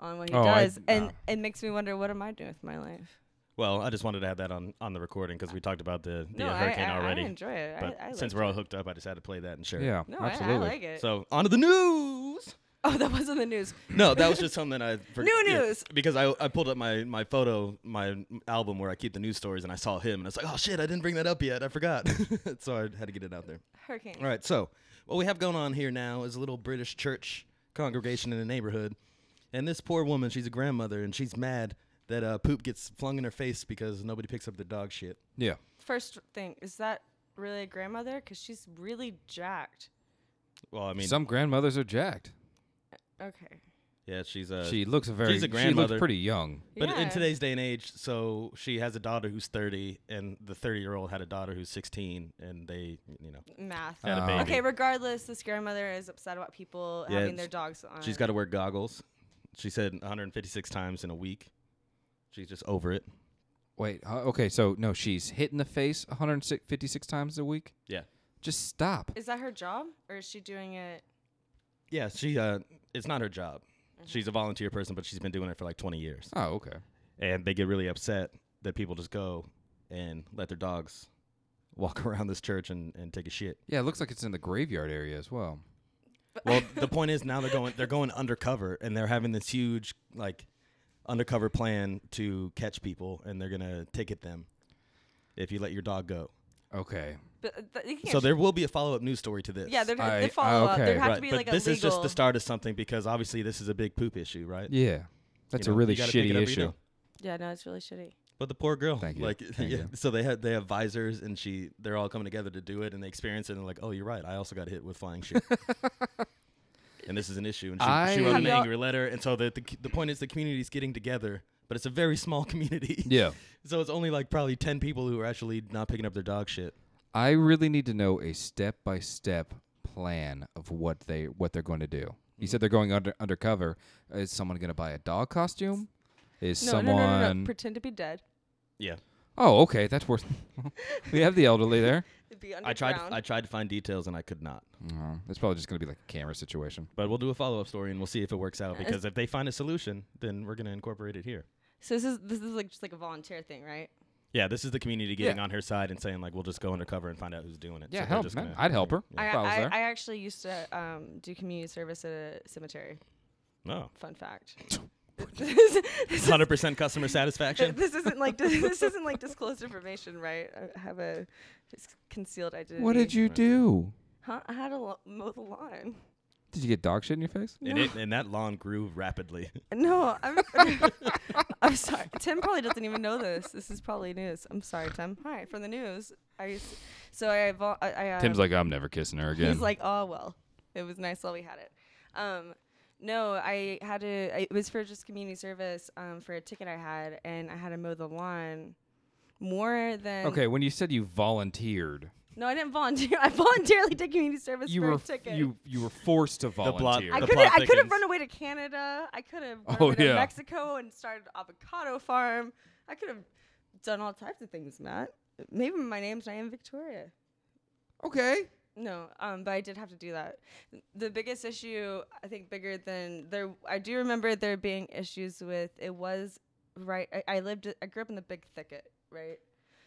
Speaker 4: on what he
Speaker 2: Oh, I-
Speaker 4: does. and
Speaker 2: no.
Speaker 4: it makes me wonder what am I doing with my life?
Speaker 1: Well, I just wanted to have that on, on the recording because we talked about the, the
Speaker 4: No,
Speaker 1: uh,
Speaker 4: I-
Speaker 1: hurricane
Speaker 4: I- I
Speaker 1: already.
Speaker 4: enjoy it.
Speaker 1: But
Speaker 4: I- I
Speaker 1: since
Speaker 4: liked
Speaker 1: we're all
Speaker 4: it.
Speaker 1: hooked up, I just had to play that and share. it.
Speaker 2: Yeah,
Speaker 4: No, I, I
Speaker 2: absolutely.
Speaker 4: like it.
Speaker 1: So on to the news.
Speaker 4: oh, that wasn't the news.
Speaker 1: No, that was just something I forgot.
Speaker 4: New news.
Speaker 1: because I, I pulled up my, my photo, my album where I keep the news stories, and I saw him, and I was like, oh shit, I didn't bring that up yet. I forgot. so I had to get it out there.
Speaker 4: Hurricane.
Speaker 1: All right, so what we have going on here now is a little British church congregation in a neighborhood, and this poor woman, she's a grandmother, and she's mad that uh, poop gets flung in her face because nobody picks up their dog shit.
Speaker 2: Yeah.
Speaker 4: First thing is that really a grandmother? Because she's really jacked.
Speaker 1: Well, I mean,
Speaker 2: Some grandmothers are jacked.
Speaker 4: Okay.
Speaker 1: yeah, she's a
Speaker 2: She looks very.
Speaker 1: uh, she's a
Speaker 2: She
Speaker 1: grandmother.
Speaker 2: looks pretty young.
Speaker 1: But in
Speaker 4: Yeah.
Speaker 1: today's day and age, so she has a daughter who's 30, and the 30 year old had a daughter who's 16, and they, you know,
Speaker 4: Math.
Speaker 1: had a baby.
Speaker 4: Okay, regardless, this grandmother is upset about people
Speaker 1: Uh, Yeah,
Speaker 4: having their
Speaker 1: it's-
Speaker 4: dogs on.
Speaker 1: She's got to wear goggles. She said 156 times in a week. She's just over it.
Speaker 2: Wait. Uh, okay. So no, she's hit in the face 156 times a week.
Speaker 1: Yeah.
Speaker 2: Just stop.
Speaker 4: Is that her job, or is she doing it?
Speaker 1: Yeah, she uh it's not her job. She's a volunteer person, but she's been doing it for like 20 years.
Speaker 2: Oh, okay.
Speaker 1: And they get really upset that people just go and let their dogs walk around this church and, and take a shit.
Speaker 2: Yeah, it looks like it's in the graveyard area as well.
Speaker 1: Well, the point is now they're going they're going undercover and they're having this huge like undercover plan to catch people and they're going to ticket them if you let your dog go.
Speaker 2: Okay.
Speaker 4: But uh, th- you can't
Speaker 1: So there will be a follow-up news story to this.
Speaker 4: Yeah, they're gonna
Speaker 2: I-
Speaker 4: they follow up.
Speaker 2: okay.
Speaker 4: There have
Speaker 1: right,
Speaker 4: to be
Speaker 1: but
Speaker 4: like a
Speaker 1: this
Speaker 4: legal.
Speaker 1: is just the start of something because obviously this is a big poop issue, right? You
Speaker 2: Yeah. That's
Speaker 1: know,
Speaker 2: a really
Speaker 1: you gotta pick it
Speaker 2: shitty
Speaker 1: up or you
Speaker 2: issue.
Speaker 1: don't.
Speaker 4: Yeah, no, it's really shitty.
Speaker 1: But the poor girl,
Speaker 2: Thank you.
Speaker 1: like,
Speaker 2: Thank
Speaker 1: yeah,
Speaker 2: you.
Speaker 1: so they had they have visors, and she they're all coming together to do it, and they experience it, and they're like, oh, you're right, I also got hit with flying shit, and this is an issue, and she, she
Speaker 2: I-
Speaker 1: wrote an
Speaker 4: Y'all-
Speaker 1: angry letter, and so the, the c- the point is the community's getting together, but it's a very small community,
Speaker 2: Yeah.
Speaker 1: so it's only like probably ten people who are actually not picking up their dog shit.
Speaker 2: I really need to know a step-by-step plan of what they what they're going to do. You
Speaker 1: Mm-hmm.
Speaker 2: said they're going under undercover. Is someone going to buy a dog costume? Is
Speaker 4: No,
Speaker 2: someone
Speaker 4: no, no, no, no. Pretend to be dead.
Speaker 1: Yeah,
Speaker 2: Oh, okay, that's worth. we have the elderly there.
Speaker 4: It'd be
Speaker 1: I tried
Speaker 4: underground.
Speaker 1: I tried to find details, and I could not.
Speaker 2: No, it's Um, probably just going to be like a camera situation.
Speaker 1: But we'll do a follow up story, and we'll see if it works out because if they find a solution, then we're gonna incorporate it here.
Speaker 4: so this is this is like just like a volunteer thing, right?
Speaker 1: Yeah, this is the community getting
Speaker 2: Yeah.
Speaker 1: on her side and saying like, we'll just go undercover and find out who's doing it.
Speaker 2: Yeah,
Speaker 1: they're
Speaker 2: help,
Speaker 1: just
Speaker 2: man.
Speaker 1: gonna-
Speaker 2: I'd help her
Speaker 4: I,
Speaker 2: if I was
Speaker 4: I,
Speaker 2: there.
Speaker 4: I actually used to um, do community service at a cemetery.
Speaker 1: No,
Speaker 4: Fun fact. this, this,
Speaker 1: Oh, hundred percent customer satisfaction.
Speaker 4: this isn't like this isn't like disclosed information, right? I have a just concealed identity.
Speaker 2: what did you do?
Speaker 4: Huh? I had to lo- mow the lawn.
Speaker 2: Did you get dog shit in your face?
Speaker 1: And, it, and that lawn grew rapidly.
Speaker 4: No, I'm. I'm sorry. Tim probably doesn't even know this. This is probably news. I'm sorry, Tim. Hi from the news. I used so I, vol- I, I uh,
Speaker 2: like, I'm never kissing her again.
Speaker 4: he's like oh well, it was nice while we had it. Um, no, I had to. I, it was for just community service um, for a ticket I had, and I had to mow the lawn more than
Speaker 2: okay, when you said you volunteered,
Speaker 4: No, I didn't volunteer. I voluntarily did community service
Speaker 2: you
Speaker 4: for
Speaker 2: were
Speaker 4: a
Speaker 2: f-
Speaker 4: ticket.
Speaker 2: you you were forced to
Speaker 1: blot-
Speaker 2: volunteer.
Speaker 4: I
Speaker 1: The
Speaker 4: could
Speaker 1: plot
Speaker 4: I could have
Speaker 1: thickens.
Speaker 4: run away to Canada. I could have run
Speaker 2: Oh,
Speaker 4: away
Speaker 2: yeah.
Speaker 4: to Mexico and started an avocado farm. I could have done all types of things, Matt. Maybe my name's not even Victoria.
Speaker 2: okay.
Speaker 4: No, um, but I did have to do that. The biggest issue, I think, bigger than there, I do remember there being issues with it was right. I, I lived, I grew up in the big thicket, right?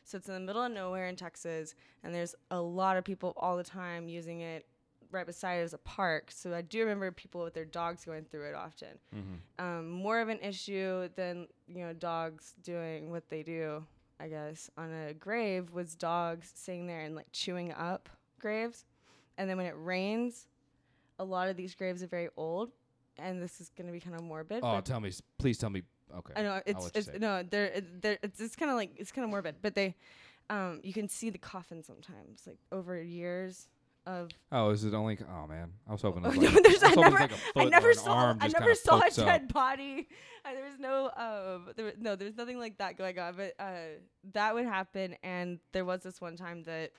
Speaker 4: So it's in the middle of nowhere in Texas, and there's a lot of people all the time using it right beside it as a park. So I do remember people with their dogs going through it often.
Speaker 2: Mm-hmm.
Speaker 4: Um, more of an issue than, you know, dogs doing what they do, I guess, on a grave was dogs sitting there and like chewing up graves. And then when it rains, a lot of these graves are very old. And this is going to be kind of morbid.
Speaker 2: Oh,
Speaker 4: but
Speaker 2: tell me, s- please tell me. Okay.
Speaker 4: I know
Speaker 2: I'll let
Speaker 4: it's,
Speaker 2: you
Speaker 4: it's
Speaker 2: say it.
Speaker 4: no, they're, they're, it's, it's kind of like, it's kind of morbid, but they, um, you can see the coffin sometimes, like over years of.
Speaker 2: Oh, is it only? Oh man, I was hoping. it
Speaker 4: Oh,
Speaker 2: was
Speaker 4: no,
Speaker 2: like,
Speaker 4: there's,
Speaker 2: I,
Speaker 4: I
Speaker 2: was hoping it was
Speaker 4: never,
Speaker 2: like a foot
Speaker 4: I
Speaker 2: or
Speaker 4: never
Speaker 2: an
Speaker 4: saw,
Speaker 2: arm
Speaker 4: I
Speaker 2: just
Speaker 4: never
Speaker 2: kinda
Speaker 4: saw a
Speaker 2: pokes up.
Speaker 4: dead body. Uh, there was no, um, there, wa- no, there's nothing like that going on. But uh, that would happen, and there was this one time that,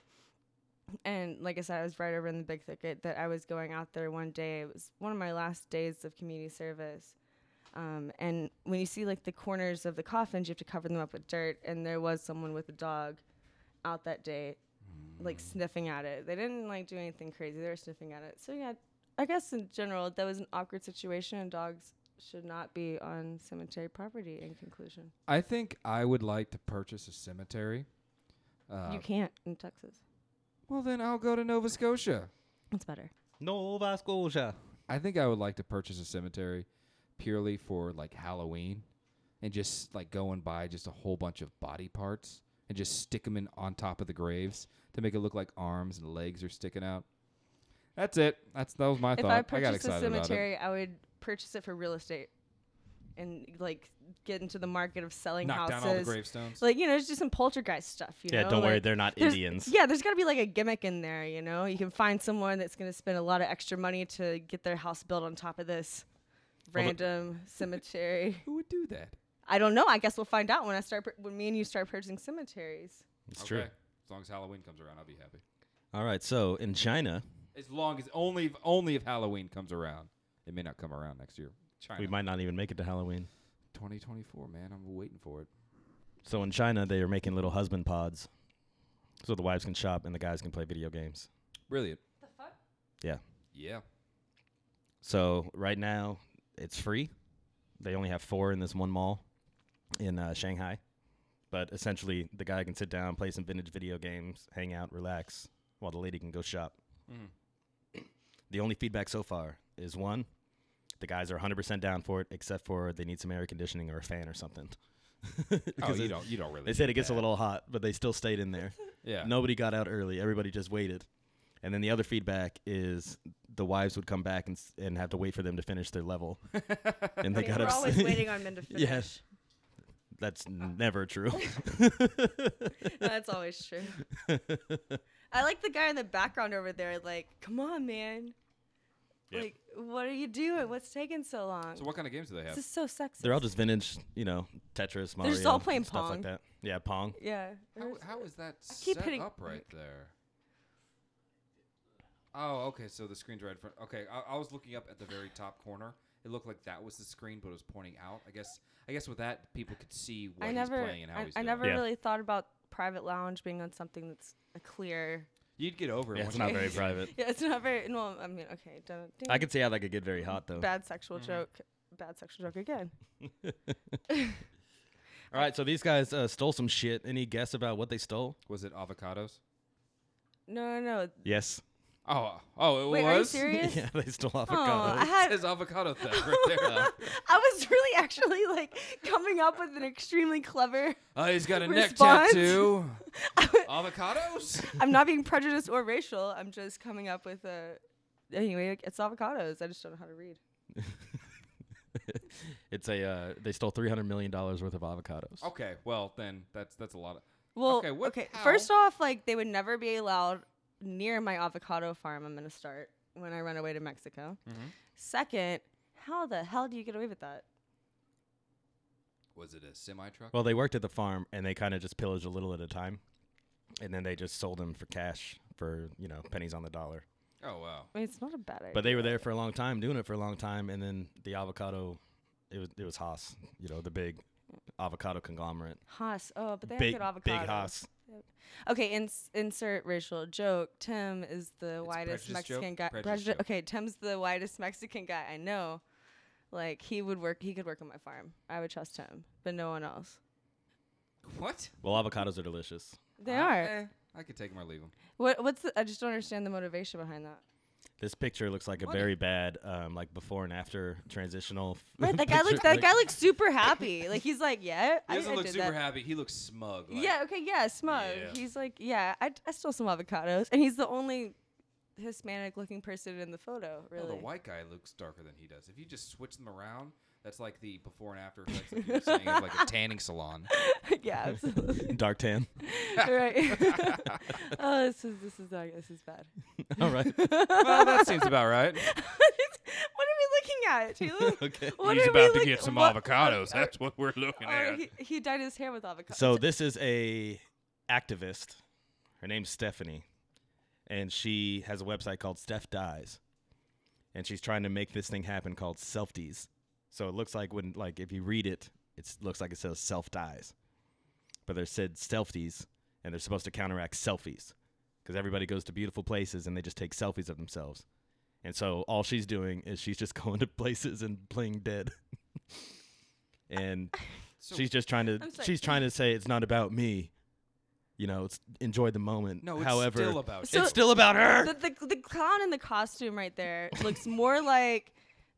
Speaker 4: and like I said, I was right over in the big thicket. That I was going out there one day. It was one of my last days of community service. Um, and when you see like the corners of the coffins, you have to cover them up with dirt. And there was someone with a dog out that day, like
Speaker 2: Mm.
Speaker 4: sniffing at it. They didn't like do anything crazy. They were sniffing at it. So yeah, I guess in general that was an awkward situation, and dogs should not be on cemetery property. In conclusion,
Speaker 2: I think I would like to purchase a cemetery. Uh,
Speaker 4: you can't in Texas.
Speaker 2: well, then I'll go to Nova Scotia.
Speaker 4: That's better.
Speaker 1: Nova Scotia.
Speaker 2: I think I would like to purchase a cemetery purely for like Halloween and just like go and buy just a whole bunch of body parts and just stick them in on top of the graves to make it look like arms and legs are sticking out. That's it. That's that was my
Speaker 4: if
Speaker 2: thought.
Speaker 4: I
Speaker 2: got
Speaker 4: purchased a
Speaker 2: excited about it.
Speaker 4: cemetery, I would purchase it for real estate, and like get into the market of selling
Speaker 2: Knock
Speaker 4: houses.
Speaker 2: down all the gravestones.
Speaker 4: Like you know, just do some poltergeist stuff. You
Speaker 1: Yeah,
Speaker 4: know?
Speaker 1: don't worry,
Speaker 4: like,
Speaker 1: they're not
Speaker 4: there's-
Speaker 1: Indians.
Speaker 4: Yeah, there's got to be like a gimmick in there. You know, you can find someone that's going to spend a lot of extra money to get their house built on top of this random cemetery.
Speaker 2: Who would do that?
Speaker 4: I don't know. I guess we'll find out when I start pur- when me and you start purchasing cemeteries.
Speaker 1: It's true.
Speaker 2: As long as Halloween comes around, I'll be happy.
Speaker 1: All right, so in China,
Speaker 2: As long as only if, only if Halloween comes around. It may not come around next year. China.
Speaker 1: we might not even make it to Halloween.
Speaker 2: 2024, man. I'm waiting for it.
Speaker 1: So in China, they are making little husband pods, so the wives can shop and the guys can play video games.
Speaker 2: Brilliant. Oh,
Speaker 1: Yeah.
Speaker 2: Yeah.
Speaker 1: So right now, it's free. They only have four in this one mall in uh, Shanghai, but essentially the guy can sit down, play some vintage video games, hang out, relax, while the lady can go shop.
Speaker 2: Mm.
Speaker 1: The only feedback so far is one, the guys are 100% down for it, except for they need some air conditioning or a fan or something.
Speaker 2: Oh,
Speaker 1: Because
Speaker 2: you
Speaker 1: it-
Speaker 2: don't you don't really.
Speaker 1: They said it gets a little hot, but they still stayed in there.
Speaker 2: Yeah.
Speaker 1: Nobody got out early. Everybody just waited. And then the other feedback is the wives would come back and, s- and have to wait for them to finish their level. and they got
Speaker 4: we're
Speaker 1: upset.
Speaker 4: always waiting on men to finish.
Speaker 1: Yes. That's never true.
Speaker 4: That's always true. I like the guy in the background over there. Like, come on, man. Like, what are you doing? What's taking so long?
Speaker 2: So what kind of games do they have?
Speaker 4: this is so sexy.
Speaker 1: They're all just vintage, you know, Tetris, Mario,
Speaker 4: just all playing
Speaker 1: stuff
Speaker 4: Pong.
Speaker 1: like that. Yeah, Pong.
Speaker 4: yeah.
Speaker 2: How, how is that
Speaker 4: keep
Speaker 2: set
Speaker 4: hitting-
Speaker 2: up right there? Oh, okay. So the screen's right in front. Okay, I, I was looking up at the very top corner. It looked like that was the screen, but it was pointing out. I guess. I guess with that, people could see what
Speaker 4: I
Speaker 2: he's
Speaker 4: never,
Speaker 2: playing and how
Speaker 4: I,
Speaker 2: he's
Speaker 4: I
Speaker 2: doing.
Speaker 4: never
Speaker 1: Yeah.
Speaker 4: really thought about private lounge being on something that's a clear.
Speaker 2: You'd get over it.
Speaker 1: Yeah,
Speaker 2: once
Speaker 1: it's
Speaker 2: you
Speaker 1: not
Speaker 2: get
Speaker 1: very
Speaker 2: used to it.
Speaker 1: private.
Speaker 4: Yeah, it's not very. Well, I mean, okay, don't.
Speaker 1: I could see how that could get very hot, though.
Speaker 4: bad sexual
Speaker 2: Mm-hmm.
Speaker 4: joke. Bad sexual joke again.
Speaker 1: All right, so these guys uh, stole some shit. Any guess about what they stole?
Speaker 2: Was it avocados?
Speaker 4: No, no, no.
Speaker 1: Yes.
Speaker 2: Oh, oh, it
Speaker 4: Wait, are you
Speaker 2: was.
Speaker 4: serious?
Speaker 1: Yeah, they stole
Speaker 4: Oh,
Speaker 1: avocado.
Speaker 4: I had
Speaker 2: It's avocado theft right there.
Speaker 4: I was really actually like coming up with an extremely clever.
Speaker 2: oh, he's got a neck
Speaker 4: Response?
Speaker 2: tattoo. Avocados.
Speaker 4: I'm not being prejudiced or racial. I'm just coming up with a. Anyway, like, it's avocados. I just don't know how to read.
Speaker 1: It's a uh, they stole three hundred million dollars worth of avocados.
Speaker 2: Okay, well then that's that's a lot of.
Speaker 4: Well,
Speaker 2: Okay,
Speaker 4: okay.
Speaker 2: what- how?
Speaker 4: First off, like they would never be allowed near my avocado farm. I'm gonna start when I run away to Mexico.
Speaker 1: Mm-hmm.
Speaker 4: Second, how the hell do you get away with that?
Speaker 2: Was it a semi truck?
Speaker 1: Well, they worked at the farm and they kind of just pillaged a little at a time, and then they just sold them for cash for you know pennies on the dollar.
Speaker 2: oh wow.
Speaker 4: I mean, it's not a bad idea.
Speaker 1: But they were there for a long time, doing it for a long time, and then the avocado, it was it was Haas, you know, the big avocado conglomerate,
Speaker 4: Haas. Oh, but they
Speaker 1: big
Speaker 4: have good avocados.
Speaker 1: big Haas.
Speaker 4: Okay, ins- insert racial joke. Tim is the
Speaker 2: prejudice
Speaker 4: widest
Speaker 2: joke?
Speaker 4: Mexican guy.
Speaker 2: Prejudice
Speaker 4: prejudi-
Speaker 2: joke.
Speaker 4: Okay, Tim's the widest Mexican guy I know. Like he would work. He could work on my farm. I would trust him, but no one else.
Speaker 2: What?
Speaker 1: Well, avocados are delicious.
Speaker 4: They
Speaker 2: I-
Speaker 4: are.
Speaker 2: eh, I could take them or leave them.
Speaker 4: What? What's? The, I just don't understand the motivation behind that.
Speaker 1: This picture looks like a very bad, um, like before and after transitional. f-
Speaker 4: Right, that guy
Speaker 1: picture.
Speaker 4: looks. That guy looks super happy. Like he's like, yeah.
Speaker 2: He doesn't
Speaker 4: I,
Speaker 2: look
Speaker 4: I did
Speaker 2: super
Speaker 4: that.
Speaker 2: happy. He looks smug. like,
Speaker 4: yeah. Okay. Yeah. Smug.
Speaker 2: Yeah.
Speaker 4: He's like, yeah. I, I stole some avocados, and he's the only Hispanic-looking person in the photo.
Speaker 2: "Oh,
Speaker 4: Really.
Speaker 2: the white guy looks darker than he does. If you just switch them around, That's like the before and after effects that you were saying of like a tanning salon.
Speaker 4: yeah, absolutely.
Speaker 1: Dark tan.
Speaker 4: right. oh, this is this is this is bad.
Speaker 1: All right.
Speaker 2: Well, that seems about right.
Speaker 4: what are we looking at, Sheila?
Speaker 1: Okay.
Speaker 4: What
Speaker 7: He's
Speaker 4: are we
Speaker 7: about to
Speaker 4: look-
Speaker 7: get some
Speaker 4: what-
Speaker 7: avocados. That's what we're looking
Speaker 4: Or
Speaker 7: at.
Speaker 4: he, he dyed his hair with avocado.
Speaker 1: So this is a activist. Her name's Stephanie, and she has a website called Steph Dies, and she's trying to make this thing happen called Selfdies. So it looks like when like if you read it, it looks like it says Self Dies, but they're said Selfdies, and they're supposed to counteract selfies, because everybody goes to beautiful places and they just take selfies of themselves. And so all she's doing is she's just going to places and playing dead. and she's just trying to
Speaker 4: I'm sorry.
Speaker 1: she's trying to say it's not about me. You know, it's enjoy the moment.
Speaker 2: No, it's
Speaker 1: However,
Speaker 2: still about
Speaker 4: So-
Speaker 1: it's still about her.
Speaker 4: the, the the clown in the costume right there looks more like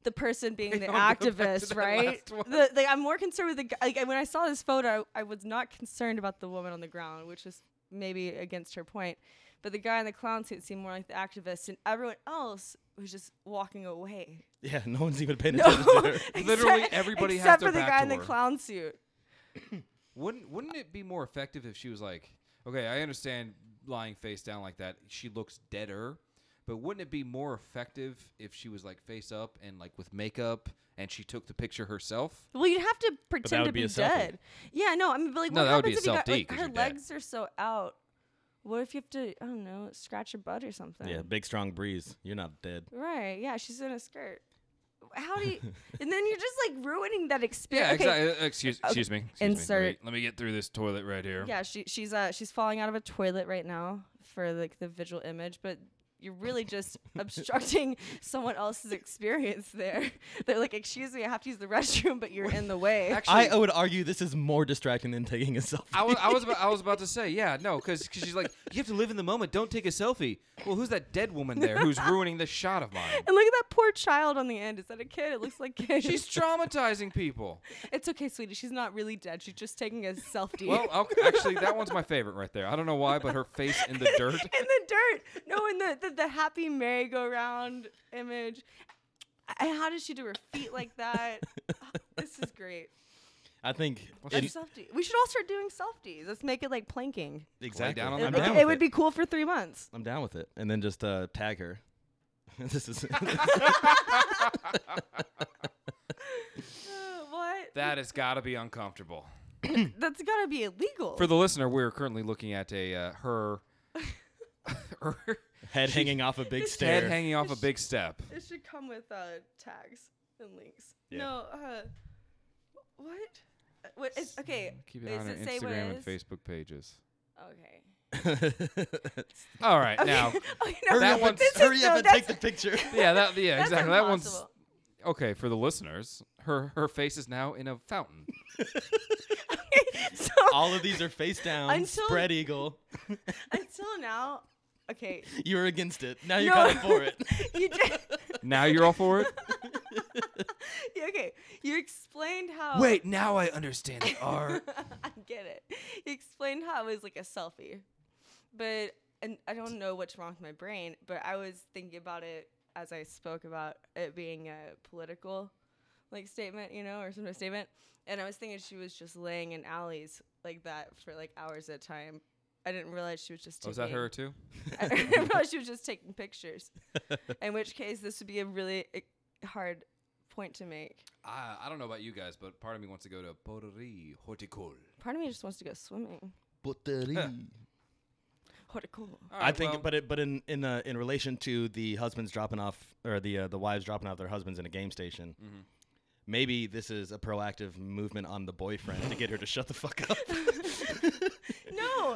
Speaker 4: the person being the
Speaker 2: on, go back to
Speaker 4: activist,
Speaker 2: that
Speaker 4: right?
Speaker 2: last one.
Speaker 4: The, the, I'm more concerned with the guy. Like, when I saw this photo, I, I was not concerned about the woman on the ground, which is maybe against her point. But the guy in the clown suit seemed more like the activist, and everyone else was just walking away.
Speaker 1: yeah, no one's even paying attention to her.
Speaker 4: Except-
Speaker 2: Literally everybody has
Speaker 4: except
Speaker 2: their
Speaker 4: for the
Speaker 2: back
Speaker 4: guy
Speaker 2: to
Speaker 4: in the
Speaker 2: her.
Speaker 4: clown suit.
Speaker 2: Wouldn't wouldn't it be more effective if she was like, okay, I understand lying face down like that. She looks deader, but wouldn't it be more effective if she was like face up and like with makeup and she took the picture herself?
Speaker 4: Well, you'd have to pretend
Speaker 1: would
Speaker 4: to
Speaker 1: be
Speaker 4: be,
Speaker 1: a selfie.
Speaker 4: dead. Yeah, no, I mean, but like,
Speaker 2: No,
Speaker 4: what
Speaker 2: that would be
Speaker 4: happens
Speaker 2: a
Speaker 4: if you got,
Speaker 2: self-D
Speaker 4: like,
Speaker 2: 'cause
Speaker 4: her
Speaker 2: you're dead.
Speaker 4: legs are so out? What if you have to? I don't know, scratch your butt or something.
Speaker 1: Yeah, big strong breeze. You're not dead.
Speaker 4: Right. Yeah, she's in a skirt. How do you? and then you're just like ruining that experience.
Speaker 2: Yeah,
Speaker 4: Okay,
Speaker 2: exactly. Uh, Excuse, excuse me. excuse me.
Speaker 4: Insert.
Speaker 7: Let me get through this toilet right here.
Speaker 4: Yeah, she she's uh she's falling out of a toilet right now for like the visual image, but you're really just obstructing someone else's experience there. They're like, excuse me, I have to use the restroom, but you're in the way.
Speaker 2: Actually,
Speaker 1: I would argue this is more distracting than taking a selfie.
Speaker 2: I was, I was, about, I was about to say, yeah, no, because she's like, you have to live in the moment. Don't take a selfie. Well, who's that dead woman there who's ruining the shot of mine?
Speaker 4: and look at that poor child on the end. Is that a kid? It looks like kid.
Speaker 2: She's traumatizing people.
Speaker 4: it's okay, sweetie. She's not really dead. She's just taking a selfie.
Speaker 2: Well, okay, actually, that one's my favorite right there. I don't know why, but her face in the dirt.
Speaker 4: in the dirt. No, in the the, the happy merry-go-round image. I, how does she do her feet like that? Oh, this is great.
Speaker 1: I think
Speaker 4: Let's
Speaker 1: it-
Speaker 4: selfie. We should all start doing selfies. Let's make it like planking.
Speaker 1: exactly.
Speaker 2: down on
Speaker 1: I'm
Speaker 2: the
Speaker 1: down
Speaker 4: It,
Speaker 1: with
Speaker 4: it would be cool for three months.
Speaker 1: I'm down with it. And then just uh, tag her. this is
Speaker 4: Uh, what?
Speaker 2: That has got to be uncomfortable.
Speaker 4: That's gotta be illegal.
Speaker 2: For the listener, we're currently looking at a uh, her, her
Speaker 1: head hanging off a big
Speaker 2: head
Speaker 1: stair.
Speaker 2: hanging off a big step.
Speaker 4: it should come with uh, tags and links.
Speaker 1: Yeah.
Speaker 4: No. Uh, what? Uh, What is okay?
Speaker 2: Keep it
Speaker 4: does
Speaker 2: on her
Speaker 4: it say what
Speaker 2: Instagram
Speaker 4: it
Speaker 2: and
Speaker 4: is?
Speaker 2: Facebook pages.
Speaker 4: Okay. Oh,
Speaker 2: All right, now,
Speaker 4: Okay, no,
Speaker 2: That
Speaker 4: no,
Speaker 2: one's-
Speaker 4: this is-
Speaker 1: Hurry
Speaker 4: no,
Speaker 1: up and take
Speaker 4: that's-
Speaker 1: the picture.
Speaker 2: yeah, that, yeah,
Speaker 4: that's
Speaker 2: exactly. That one's
Speaker 4: impossible.
Speaker 2: okay for the listeners. Her her face is now in a fountain.
Speaker 4: so
Speaker 1: All of these are face down,
Speaker 4: Until-
Speaker 1: spread eagle.
Speaker 4: until now, okay,
Speaker 1: You were against it. Now you're
Speaker 4: No.
Speaker 1: kind of for it.
Speaker 4: you did.
Speaker 2: Now you're all for it.
Speaker 4: Okay, you explained how.
Speaker 2: now I understand the art.
Speaker 4: I get it. You explained how it was like a selfie, but and I don't know what's wrong with my brain, but I was thinking about it as I spoke about it being a political, like statement, you know, or some sort of statement, and I was thinking she was just laying in alleys like that for like hours at a time. I didn't realize she was just. Taking
Speaker 2: Was Oh, that her too?
Speaker 4: I didn't realize she was just taking pictures. In which case, this would be a really eh, hard point to make.
Speaker 2: I, I don't know about you guys, but part of me wants to go to Pottery Horticole.
Speaker 4: Part of me just wants to go swimming. Horticool.
Speaker 1: I think, but it, but in in uh, in relation to the husbands dropping off or the uh, the wives dropping off their husbands in a game station, maybe this is a proactive movement on the boyfriend to get her to shut the fuck up.
Speaker 4: No.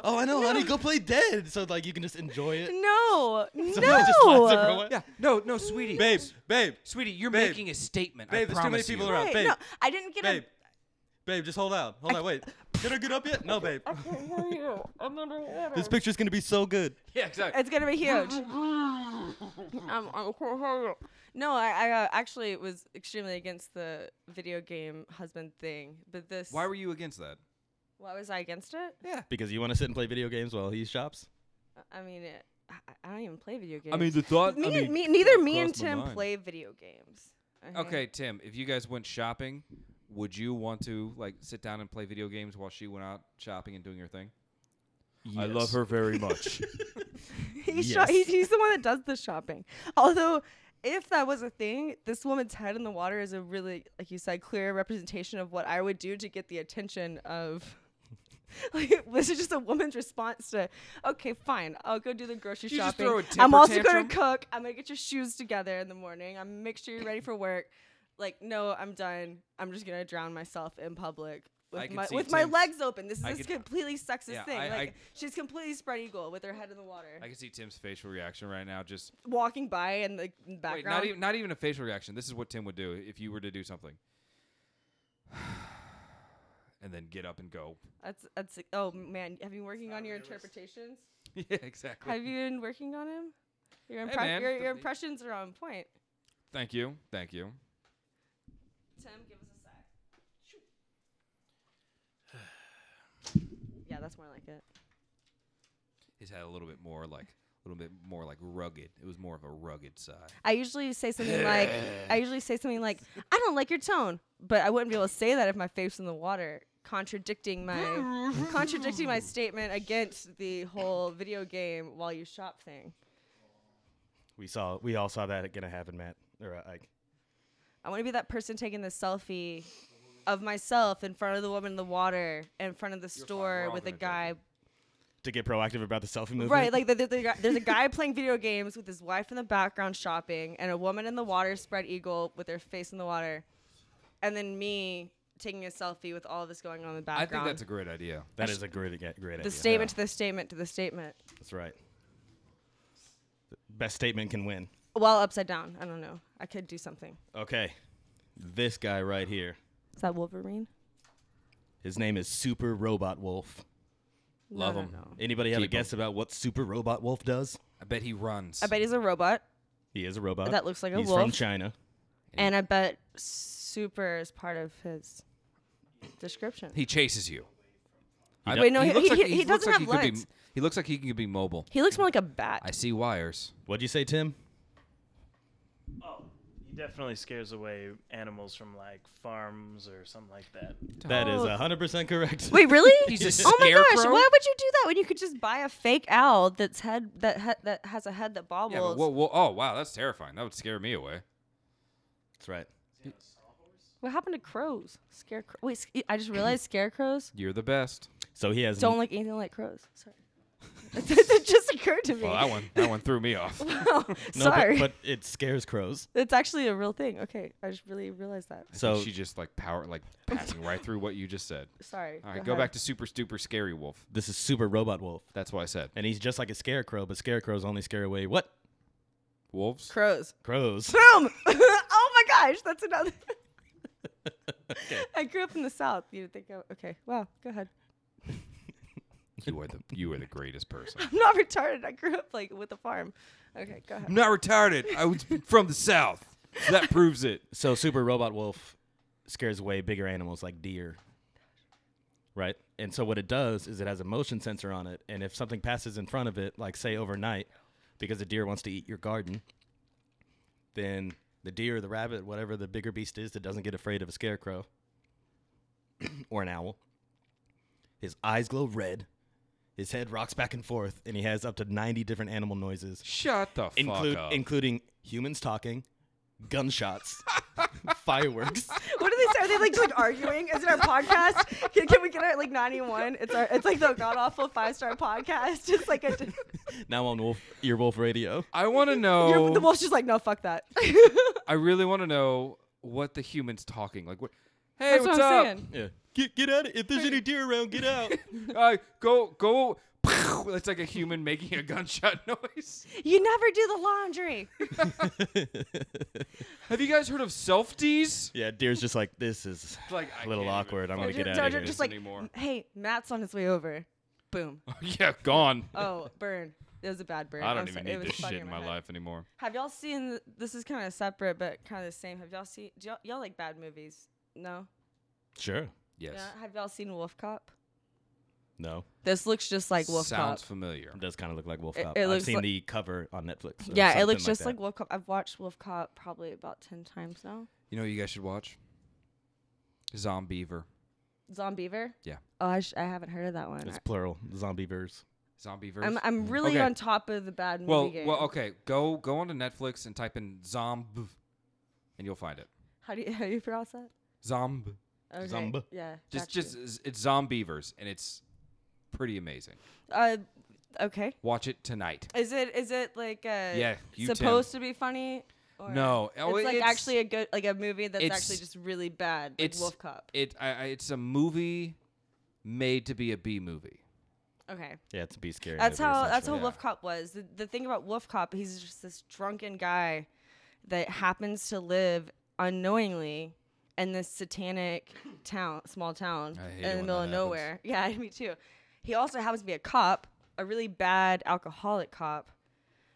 Speaker 1: oh, I know, honey, go play dead. So like you can just enjoy it.
Speaker 4: No. No.
Speaker 1: So he just slides her away.
Speaker 2: yeah, no, no, sweetie,
Speaker 1: Babe, babe,
Speaker 2: sweetie, you're
Speaker 1: Babe.
Speaker 2: making a statement.
Speaker 1: Babe,
Speaker 2: I
Speaker 1: there's too many
Speaker 2: promise
Speaker 1: people
Speaker 2: you.
Speaker 1: around.
Speaker 4: Wait,
Speaker 1: babe.
Speaker 4: no, I didn't get
Speaker 1: babe, babe, just hold out, hold on, wait. Did I get up yet? No, babe. this picture's gonna be so good.
Speaker 2: Yeah,
Speaker 4: a.
Speaker 2: exactly.
Speaker 4: It's gonna be huge. I'm, I'm no, I, I uh, actually was extremely against the video game husband thing, but this.
Speaker 2: Why were you against that?
Speaker 4: Why was I against it?
Speaker 1: Because you want to sit and play video games while he shops.
Speaker 4: I mean, it, I, I don't even play video games.
Speaker 2: thought.
Speaker 4: Me, and me, neither me and Tim play video games.
Speaker 2: Okay, Tim, if you guys went shopping, would you want to like sit down and play video games while she went out shopping and doing her thing?
Speaker 10: I love her very much.
Speaker 4: He's, sho- he's, he's the one that does the shopping. Although, if that was a thing, this woman's head in the water is a really, like you said, clear representation of what I would do to get the attention of. Like, this is just a woman's response to, okay, fine, I'll go do the grocery
Speaker 2: You just
Speaker 4: shopping.
Speaker 2: throw a
Speaker 4: I'm
Speaker 2: temper
Speaker 4: also going
Speaker 2: tantrum?
Speaker 4: to cook. I'm going to get your shoes together in the morning. I'm gonna make sure you're ready for work. Like, no, I'm done. I'm just going to drown myself in public.
Speaker 2: I
Speaker 4: With,
Speaker 2: can
Speaker 4: my,
Speaker 2: see
Speaker 4: with my
Speaker 2: Tim's-
Speaker 4: legs open. This is
Speaker 2: I
Speaker 4: a
Speaker 2: could-
Speaker 4: completely sexist
Speaker 2: Yeah,
Speaker 4: thing.
Speaker 2: I-
Speaker 4: like,
Speaker 2: I-
Speaker 4: she's completely spread eagle with her head in the water
Speaker 2: I can see Tim's facial reaction right now. Just
Speaker 4: walking by in the background.
Speaker 2: wait, not even not even a facial reaction. This is what Tim would do if you were to do something, and then get up and go.
Speaker 4: that's that's. Oh man, have you been working on your interpretations?
Speaker 2: yeah, exactly.
Speaker 4: Have you been working on him? Your,
Speaker 2: Hey,
Speaker 4: impre-
Speaker 2: man.
Speaker 4: your, your impressions are on point.
Speaker 2: Thank you, thank you.
Speaker 4: Tim, give us a sec. Yeah, that's more like it.
Speaker 2: His head a little bit more like a little bit more like rugged. It was more of a rugged side.
Speaker 4: I usually say something like, I usually say something like, I don't like your tone, but I wouldn't be able to say that if my face was in the water, contradicting my contradicting my statement against the whole video game while you shop thing.
Speaker 1: We saw. We all saw that gonna happen, Matt or uh, Ike.
Speaker 4: I want to be that person taking the selfie of myself in front of the woman in the water, in front of the
Speaker 2: We're
Speaker 4: store
Speaker 2: all
Speaker 4: with a
Speaker 2: gonna take
Speaker 4: guy.
Speaker 1: To get proactive about the selfie movement.
Speaker 4: Right, like the, the, the guy, there's a guy playing video games with his wife in the background shopping, and a woman in the water spread eagle with her face in the water, and then me taking a selfie with all this going on in the
Speaker 2: I
Speaker 4: background.
Speaker 2: think that's a great idea.
Speaker 1: that is a great, great idea.
Speaker 4: the statement to the statement to the statement.
Speaker 1: That's right. The best statement can win.
Speaker 4: Well, upside down. I don't know. I could do something.
Speaker 1: Okay, this guy right here.
Speaker 4: Is that Wolverine?
Speaker 1: His name is Super Robot Wolf.
Speaker 2: Love
Speaker 4: no,
Speaker 2: him.
Speaker 4: No, no.
Speaker 1: Anybody have a
Speaker 2: Keep
Speaker 1: guess about what Super Robot Wolf does?
Speaker 2: I bet he runs.
Speaker 4: I bet he's a robot,
Speaker 1: He is a robot.
Speaker 4: That looks like a
Speaker 1: He's from
Speaker 4: wolf.
Speaker 1: China.
Speaker 4: and I bet Super is part of his description.
Speaker 2: he chases you. I
Speaker 4: Wait, no, he-
Speaker 2: looks
Speaker 4: he-
Speaker 2: like
Speaker 4: he
Speaker 2: looks like he
Speaker 4: doesn't have
Speaker 2: could be-
Speaker 4: legs.
Speaker 2: he looks like he could be mobile.
Speaker 4: He looks more like a bat.
Speaker 2: I see wires.
Speaker 1: What'd you say, Tim?
Speaker 5: Oh, he definitely scares away animals from like farms or something like that.
Speaker 1: That is
Speaker 4: Oh.
Speaker 1: 100% correct.
Speaker 4: Wait, really?
Speaker 2: He's a
Speaker 4: oh my gosh!
Speaker 2: scarecrow?
Speaker 4: Why would you do that when you could just buy a fake owl that's head that he- that has a head that bobbles?
Speaker 2: Yeah, but whoa, whoa, oh wow, that's terrifying. That would scare me away.
Speaker 1: That's right.
Speaker 4: what happened to crows? Scarecrow. Wait, sc- I just realized scarecrows
Speaker 2: You're the best.
Speaker 1: So he has
Speaker 4: don't look anything like crows. Sorry, it just occurred to me.
Speaker 2: Well, that one, that one threw me off.
Speaker 1: no, but-
Speaker 4: Sorry,
Speaker 1: But, it scares crows.
Speaker 4: it's actually a real thing. Okay, I just really realized that.
Speaker 1: So
Speaker 2: she just like power, like passing right through what you just said.
Speaker 4: Sorry.
Speaker 2: All right, go back to super duper scary wolf.
Speaker 1: this is Super Robot Wolf.
Speaker 2: That's what I said.
Speaker 1: And he's just like a scarecrow, but scarecrows only scare away what?
Speaker 2: Wolves.
Speaker 4: crows.
Speaker 1: Crows.
Speaker 4: Boom! oh my gosh, that's another. I grew up in the south. You'd think, I, okay, wow, go ahead.
Speaker 2: you are the you are the greatest person.
Speaker 4: I'm not retarded. I grew up like with a farm. Okay, go ahead.
Speaker 2: I'm not retarded. I was from the south. That proves it.
Speaker 1: So Super Robot Wolf scares away bigger animals like deer. Right? And so what it does is it has a motion sensor on it, and if something passes in front of it, like say overnight, because a deer wants to eat your garden, then the deer or the rabbit, whatever the bigger beast is that doesn't get afraid of a scarecrow or an owl, his eyes glow red, his head rocks back and forth, and he has up to 90 different animal noises
Speaker 2: Shut the
Speaker 1: include
Speaker 2: fuck up.
Speaker 1: including humans talking, gunshots, fireworks.
Speaker 4: What do they say? Are they like just like arguing? Is it our podcast? Can, can we get our like 91? It's our it's like the god awful five star podcast. It's like a
Speaker 1: Now on Wolf Ear Wolf Radio.
Speaker 2: I want to know.
Speaker 4: you're, the wolf's just like no fuck that.
Speaker 2: I really want to know what the humans talking like. What? Hey,
Speaker 4: That's
Speaker 2: what's
Speaker 4: what I'm
Speaker 2: up?
Speaker 4: saying.
Speaker 1: Yeah. Get get out! If there's any deer around, get out.
Speaker 2: Uh, go go. It's like a human making a gunshot noise.
Speaker 4: You never do the laundry.
Speaker 2: Have you guys heard of self D's?
Speaker 1: yeah, deer's just like this is
Speaker 2: Like, I
Speaker 1: a little
Speaker 2: can't
Speaker 1: awkward.
Speaker 2: even
Speaker 1: I'm gonna
Speaker 2: fucking
Speaker 1: get
Speaker 4: Don't-
Speaker 1: out of
Speaker 4: don't-
Speaker 1: here.
Speaker 4: just like
Speaker 2: anymore.
Speaker 4: hey, Matt's on his way over. Boom.
Speaker 2: yeah, gone.
Speaker 4: Oh, burn. It was a bad burn.
Speaker 2: I don't
Speaker 4: I'm
Speaker 2: even
Speaker 4: sorry. It
Speaker 2: need
Speaker 4: was
Speaker 2: this
Speaker 4: stuck
Speaker 2: shit in my
Speaker 4: head.
Speaker 2: life anymore.
Speaker 4: Have y'all seen? This is kind of separate, but kind of the same. Have y'all seen? Do y'all, y'all like bad movies? No.
Speaker 1: sure.
Speaker 2: Yes.
Speaker 4: Yeah. Have y'all seen Wolf Cop?
Speaker 1: No.
Speaker 4: This looks just like Wolf
Speaker 2: Sounds
Speaker 4: Cop.
Speaker 2: familiar.
Speaker 1: It does kind of look like Wolf
Speaker 4: It-
Speaker 1: Cop.
Speaker 4: it
Speaker 1: I've
Speaker 4: looks
Speaker 1: seen
Speaker 4: like-
Speaker 1: the cover on Netflix. or
Speaker 4: yeah, it
Speaker 1: something
Speaker 4: looks just
Speaker 1: that.
Speaker 4: like Wolf Cop. I've watched Wolf Cop probably about ten times now.
Speaker 2: You know, what you guys should watch Zombiever.
Speaker 4: Zombiever.
Speaker 2: Yeah.
Speaker 4: Oh, I, sh- I haven't heard of that one.
Speaker 1: It's plural. Zombieverse.
Speaker 2: Zombieverse.
Speaker 4: I'm I'm really
Speaker 2: Mm. Okay.
Speaker 4: on top of the bad movie
Speaker 2: well,
Speaker 4: game.
Speaker 2: well, okay. Go go onto Netflix and type in zomb, and you'll find it.
Speaker 4: How do you how do you pronounce that?
Speaker 2: Zomb.
Speaker 4: Okay.
Speaker 1: Zomb.
Speaker 4: Yeah.
Speaker 2: Just
Speaker 4: got you.
Speaker 2: just it's- it's zombievers, and it's pretty amazing.
Speaker 4: Uh, okay.
Speaker 2: Watch it tonight.
Speaker 4: Is it is it like uh
Speaker 2: Yeah, you, Tim.
Speaker 4: supposed to be funny? Or
Speaker 2: No.
Speaker 4: it's
Speaker 2: Oh,
Speaker 4: like
Speaker 2: it's-
Speaker 4: actually a good like a movie that's
Speaker 2: it's-
Speaker 4: actually just really bad. Like
Speaker 2: it's
Speaker 4: Wolf Cop.
Speaker 2: It I, I, it's a movie made to be a B movie.
Speaker 4: Okay.
Speaker 1: Yeah, it's a be scary.
Speaker 4: That's
Speaker 1: movie,
Speaker 4: how that's how
Speaker 1: essentially.
Speaker 4: Wolf Cop was. The, the thing about Wolf Cop, he's just this drunken guy that happens to live unknowingly in this satanic town, small town
Speaker 2: I hate it
Speaker 4: in the
Speaker 2: when
Speaker 4: middle
Speaker 2: that
Speaker 4: of nowhere. Yeah, me too. He also happens to be a cop, a really bad alcoholic cop,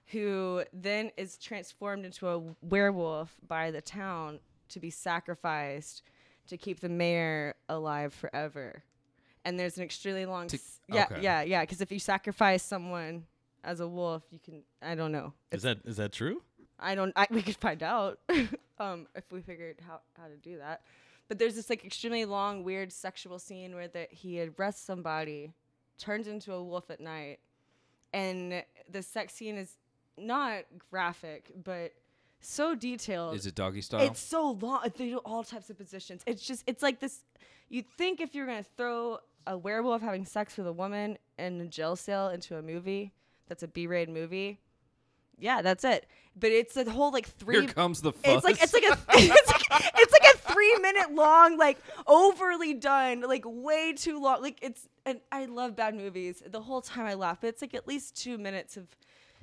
Speaker 4: who then is transformed into a werewolf by the town to be sacrificed to keep the mayor alive forever. And there's an extremely long,
Speaker 2: To-
Speaker 4: s- yeah,
Speaker 2: okay.
Speaker 4: yeah, yeah. Because if you sacrifice someone as a wolf, you can. I don't know.
Speaker 1: Is that is that true?
Speaker 4: I don't. I, we could find out um, if we figured how how to do that. But there's this like extremely long, weird sexual scene where that he arrests somebody, turns into a wolf at night, and the sex scene is not graphic, but so detailed.
Speaker 2: Is it doggy style?
Speaker 4: It's so long. They do all types of positions. It's just, it's like this. You'd think if you're going to throw a werewolf having sex with a woman in a jail cell into a movie that's a B-rated movie, yeah, that's it. But it's a whole like three.
Speaker 2: Here comes the
Speaker 4: It's like
Speaker 2: fuss.
Speaker 4: it's like a it's, like- it's like a three minute long like overly done like way too long like it's and I love bad movies the whole time I laugh but it's like at least two minutes of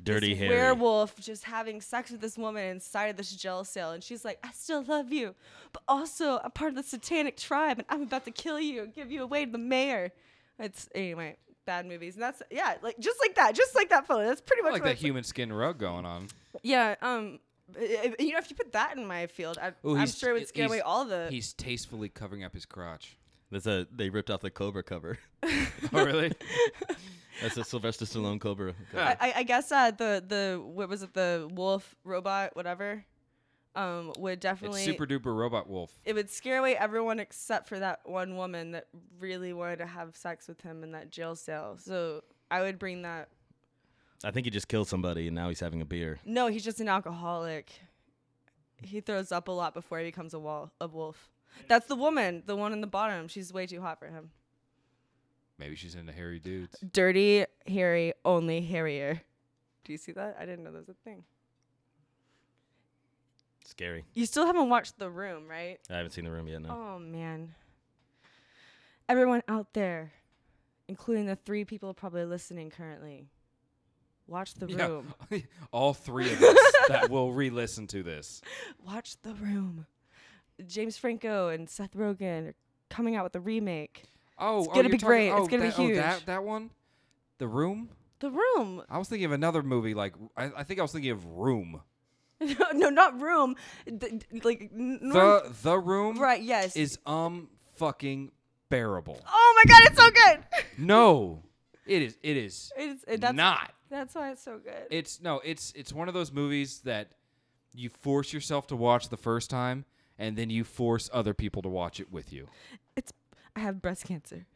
Speaker 1: Dirty
Speaker 4: this
Speaker 1: Harry.
Speaker 4: werewolf just having sex with this woman inside of this jail cell, and she's like, "I still love you, but also I'm part of the satanic tribe, and I'm about to kill you and give you away to the mayor." It's anyway, bad movies, and that's yeah, like just like that, just like that photo. That's pretty much
Speaker 2: like
Speaker 4: what
Speaker 2: that
Speaker 4: it's
Speaker 2: human skin rug going on.
Speaker 4: Yeah, um, i- i- you know, if you put that in my field, I,
Speaker 2: Ooh,
Speaker 4: I'm
Speaker 2: he's-
Speaker 4: sure it would scare
Speaker 2: he's-
Speaker 4: away all the.
Speaker 2: He's tastefully covering up his crotch.
Speaker 1: That's a they ripped off the Cobra cover.
Speaker 2: Oh really?
Speaker 1: That's a Sylvester Stallone Cobra. cover.
Speaker 4: I, I- I guess uh, the the what was it the wolf robot whatever, um, would definitely
Speaker 2: it's super duper robot wolf.
Speaker 4: it would scare away everyone except for that one woman that really wanted to have sex with him in that jail cell. So I would bring that.
Speaker 1: I think he just killed somebody and now he's having a beer.
Speaker 4: No, he's just an alcoholic. He throws up a lot before he becomes a, wall, a wolf. That's the woman, the one in the bottom. She's way too hot for him.
Speaker 2: Maybe she's into hairy dudes.
Speaker 4: Dirty, hairy, only hairier. Do you see that? I didn't know that was a thing.
Speaker 1: Scary.
Speaker 4: You still haven't watched The Room, right?
Speaker 1: I haven't seen the room yet. No.
Speaker 4: Oh man. Everyone out there, including the three people probably listening currently, watch the room.
Speaker 2: Yeah. All three of us that will re-listen to this.
Speaker 4: Watch the room. James Franco and Seth Rogen are coming out with a remake.
Speaker 2: Oh,
Speaker 4: It's
Speaker 2: oh,
Speaker 4: gonna
Speaker 2: you're
Speaker 4: be
Speaker 2: talking-
Speaker 4: great. It's
Speaker 2: oh,
Speaker 4: gonna be
Speaker 2: that- oh,
Speaker 4: huge.
Speaker 2: that that one, the room.
Speaker 4: The room.
Speaker 2: I was thinking of another movie. Like I, I think I was thinking of Room.
Speaker 4: no, no, not room. D- d- like n- norm-
Speaker 2: The the Room.
Speaker 4: right, yes.
Speaker 2: Is um fucking bearable.
Speaker 4: oh my god, it's so good.
Speaker 2: No, it is. It is
Speaker 4: it's it, that's
Speaker 2: not.
Speaker 4: That's why it's so good.
Speaker 2: It's no. It's it's one of those movies that you force yourself to watch the first time, and then you force other people to watch it with you.
Speaker 4: it's I have breast cancer.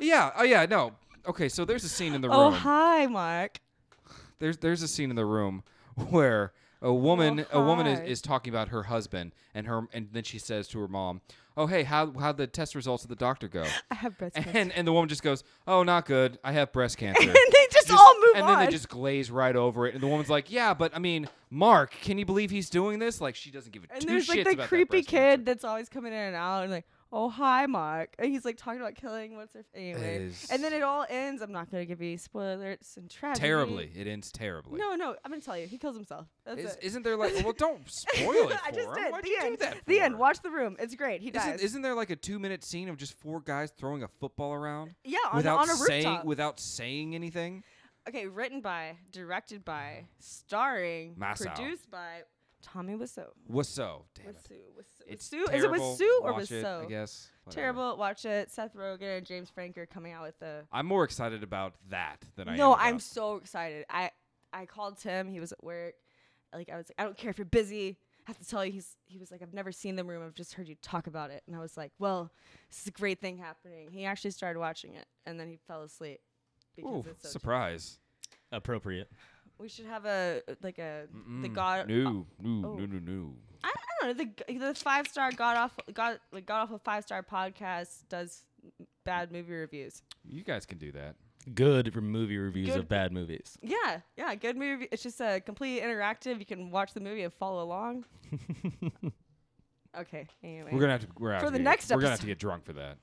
Speaker 2: yeah. Oh yeah. No. Okay. So there's a scene in the
Speaker 4: Oh,
Speaker 2: room.
Speaker 4: hi, Mark.
Speaker 2: there's there's a scene in the room where a woman
Speaker 4: Oh,
Speaker 2: a woman is,
Speaker 4: hi.
Speaker 2: is talking about her husband and her and then she says to her mom, "Oh hey, how how the test results of the doctor go?"
Speaker 4: I have breast cancer.
Speaker 2: And and the woman just goes, "Oh, not good. I have breast cancer."
Speaker 4: and they just, all move
Speaker 2: and
Speaker 4: on.
Speaker 2: then they just glaze right over it. And the woman's like, "Yeah, but I mean, Mark, can you believe he's doing this?" Like she doesn't give a
Speaker 4: and
Speaker 2: two shits
Speaker 4: there's like the
Speaker 2: about that
Speaker 4: creepy
Speaker 2: breast
Speaker 4: kid
Speaker 2: cancer.
Speaker 4: that's always coming in and out and like, oh hi Mark, and he's like talking about killing what's her anyway,
Speaker 2: is-
Speaker 4: and then it all ends. I'm not gonna give you spoiler alerts and tragedy.
Speaker 2: Terribly, it ends terribly.
Speaker 4: No, no, I'm gonna tell you. He kills himself. That's
Speaker 2: Is,
Speaker 4: it.
Speaker 2: isn't there like well don't spoil it
Speaker 4: I
Speaker 2: for
Speaker 4: just
Speaker 2: him.
Speaker 4: did.
Speaker 2: Why'd
Speaker 4: the
Speaker 2: you do
Speaker 4: end.
Speaker 2: that
Speaker 4: the
Speaker 2: for
Speaker 4: end.
Speaker 2: him?
Speaker 4: Watch the room. It's great. He dies.
Speaker 2: Isn't, isn't there like a two minute scene of just four guys throwing a football around?
Speaker 4: Yeah, on the-
Speaker 2: without
Speaker 4: on a
Speaker 2: saying
Speaker 4: rooftop.
Speaker 2: without saying anything.
Speaker 4: okay, written by, directed by, starring,
Speaker 2: Masao.
Speaker 4: produced by Tommy Wiseau.
Speaker 2: Wasso. Damn it.
Speaker 4: Wiseau. Wiseau.
Speaker 2: It's
Speaker 4: Wiseau. Is it
Speaker 2: terrible.
Speaker 4: Wiseau or
Speaker 2: Watch it,
Speaker 4: Wiseau?
Speaker 2: I guess. Whatever.
Speaker 4: Terrible. Watch it. Seth Rogen and James Frank are coming out with the.
Speaker 2: I'm more excited about that than I am.
Speaker 4: no, I'm
Speaker 2: about-
Speaker 4: so excited. I I called Tim. He was at work. Like I was like, I don't care if you're busy. I have to tell you, he's he was like, I've never seen the room. I've just heard you talk about it. And I was like, well, this is a great thing happening. He actually started watching it, and then he fell asleep.
Speaker 2: Ooh,
Speaker 4: Because it's so
Speaker 2: surprise.
Speaker 1: Appropriate.
Speaker 4: We should have a like a the
Speaker 2: Mm,
Speaker 4: god.
Speaker 2: No, no,
Speaker 4: oh.
Speaker 2: no, no, no.
Speaker 4: I, I don't know the the five star god off god like god off a five star podcast does bad movie reviews.
Speaker 2: You guys can do that.
Speaker 1: Good re- movie reviews
Speaker 4: Good-
Speaker 1: of bad movies.
Speaker 4: Yeah, yeah, good movie. It's just a uh, complete interactive. You can watch the movie and follow along. okay. Anyway,
Speaker 2: We're gonna have to. We're out
Speaker 4: for the
Speaker 2: here.
Speaker 4: next
Speaker 2: We're gonna have
Speaker 4: episode.
Speaker 2: to get drunk for that.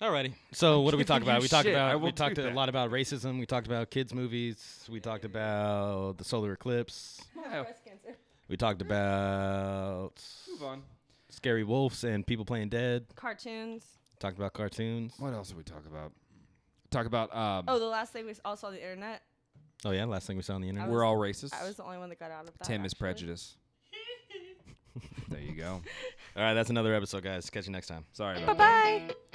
Speaker 1: Alrighty. So what do we talk
Speaker 2: giving you
Speaker 1: about? We talked
Speaker 2: shit. I
Speaker 1: about we
Speaker 2: will
Speaker 1: talked
Speaker 2: do
Speaker 1: a
Speaker 2: that.
Speaker 1: lot about racism. We talked about kids movies. We talked about the solar eclipse.
Speaker 4: breast cancer.
Speaker 1: We talked about
Speaker 2: Move on.
Speaker 1: scary wolves and people playing dead.
Speaker 4: Cartoons.
Speaker 1: Talked about cartoons.
Speaker 2: What else did we talk about? Talk about. Um,
Speaker 4: Oh, the last thing we s- all saw on the internet.
Speaker 1: Oh yeah, last thing we saw on the internet.
Speaker 2: we're all racist.
Speaker 4: I was the only one that got out of that.
Speaker 2: Tim is
Speaker 4: actually.
Speaker 2: prejudice. there you go.
Speaker 1: All right, that's another episode, guys. Catch you next time.
Speaker 2: Sorry about
Speaker 4: Bye bye.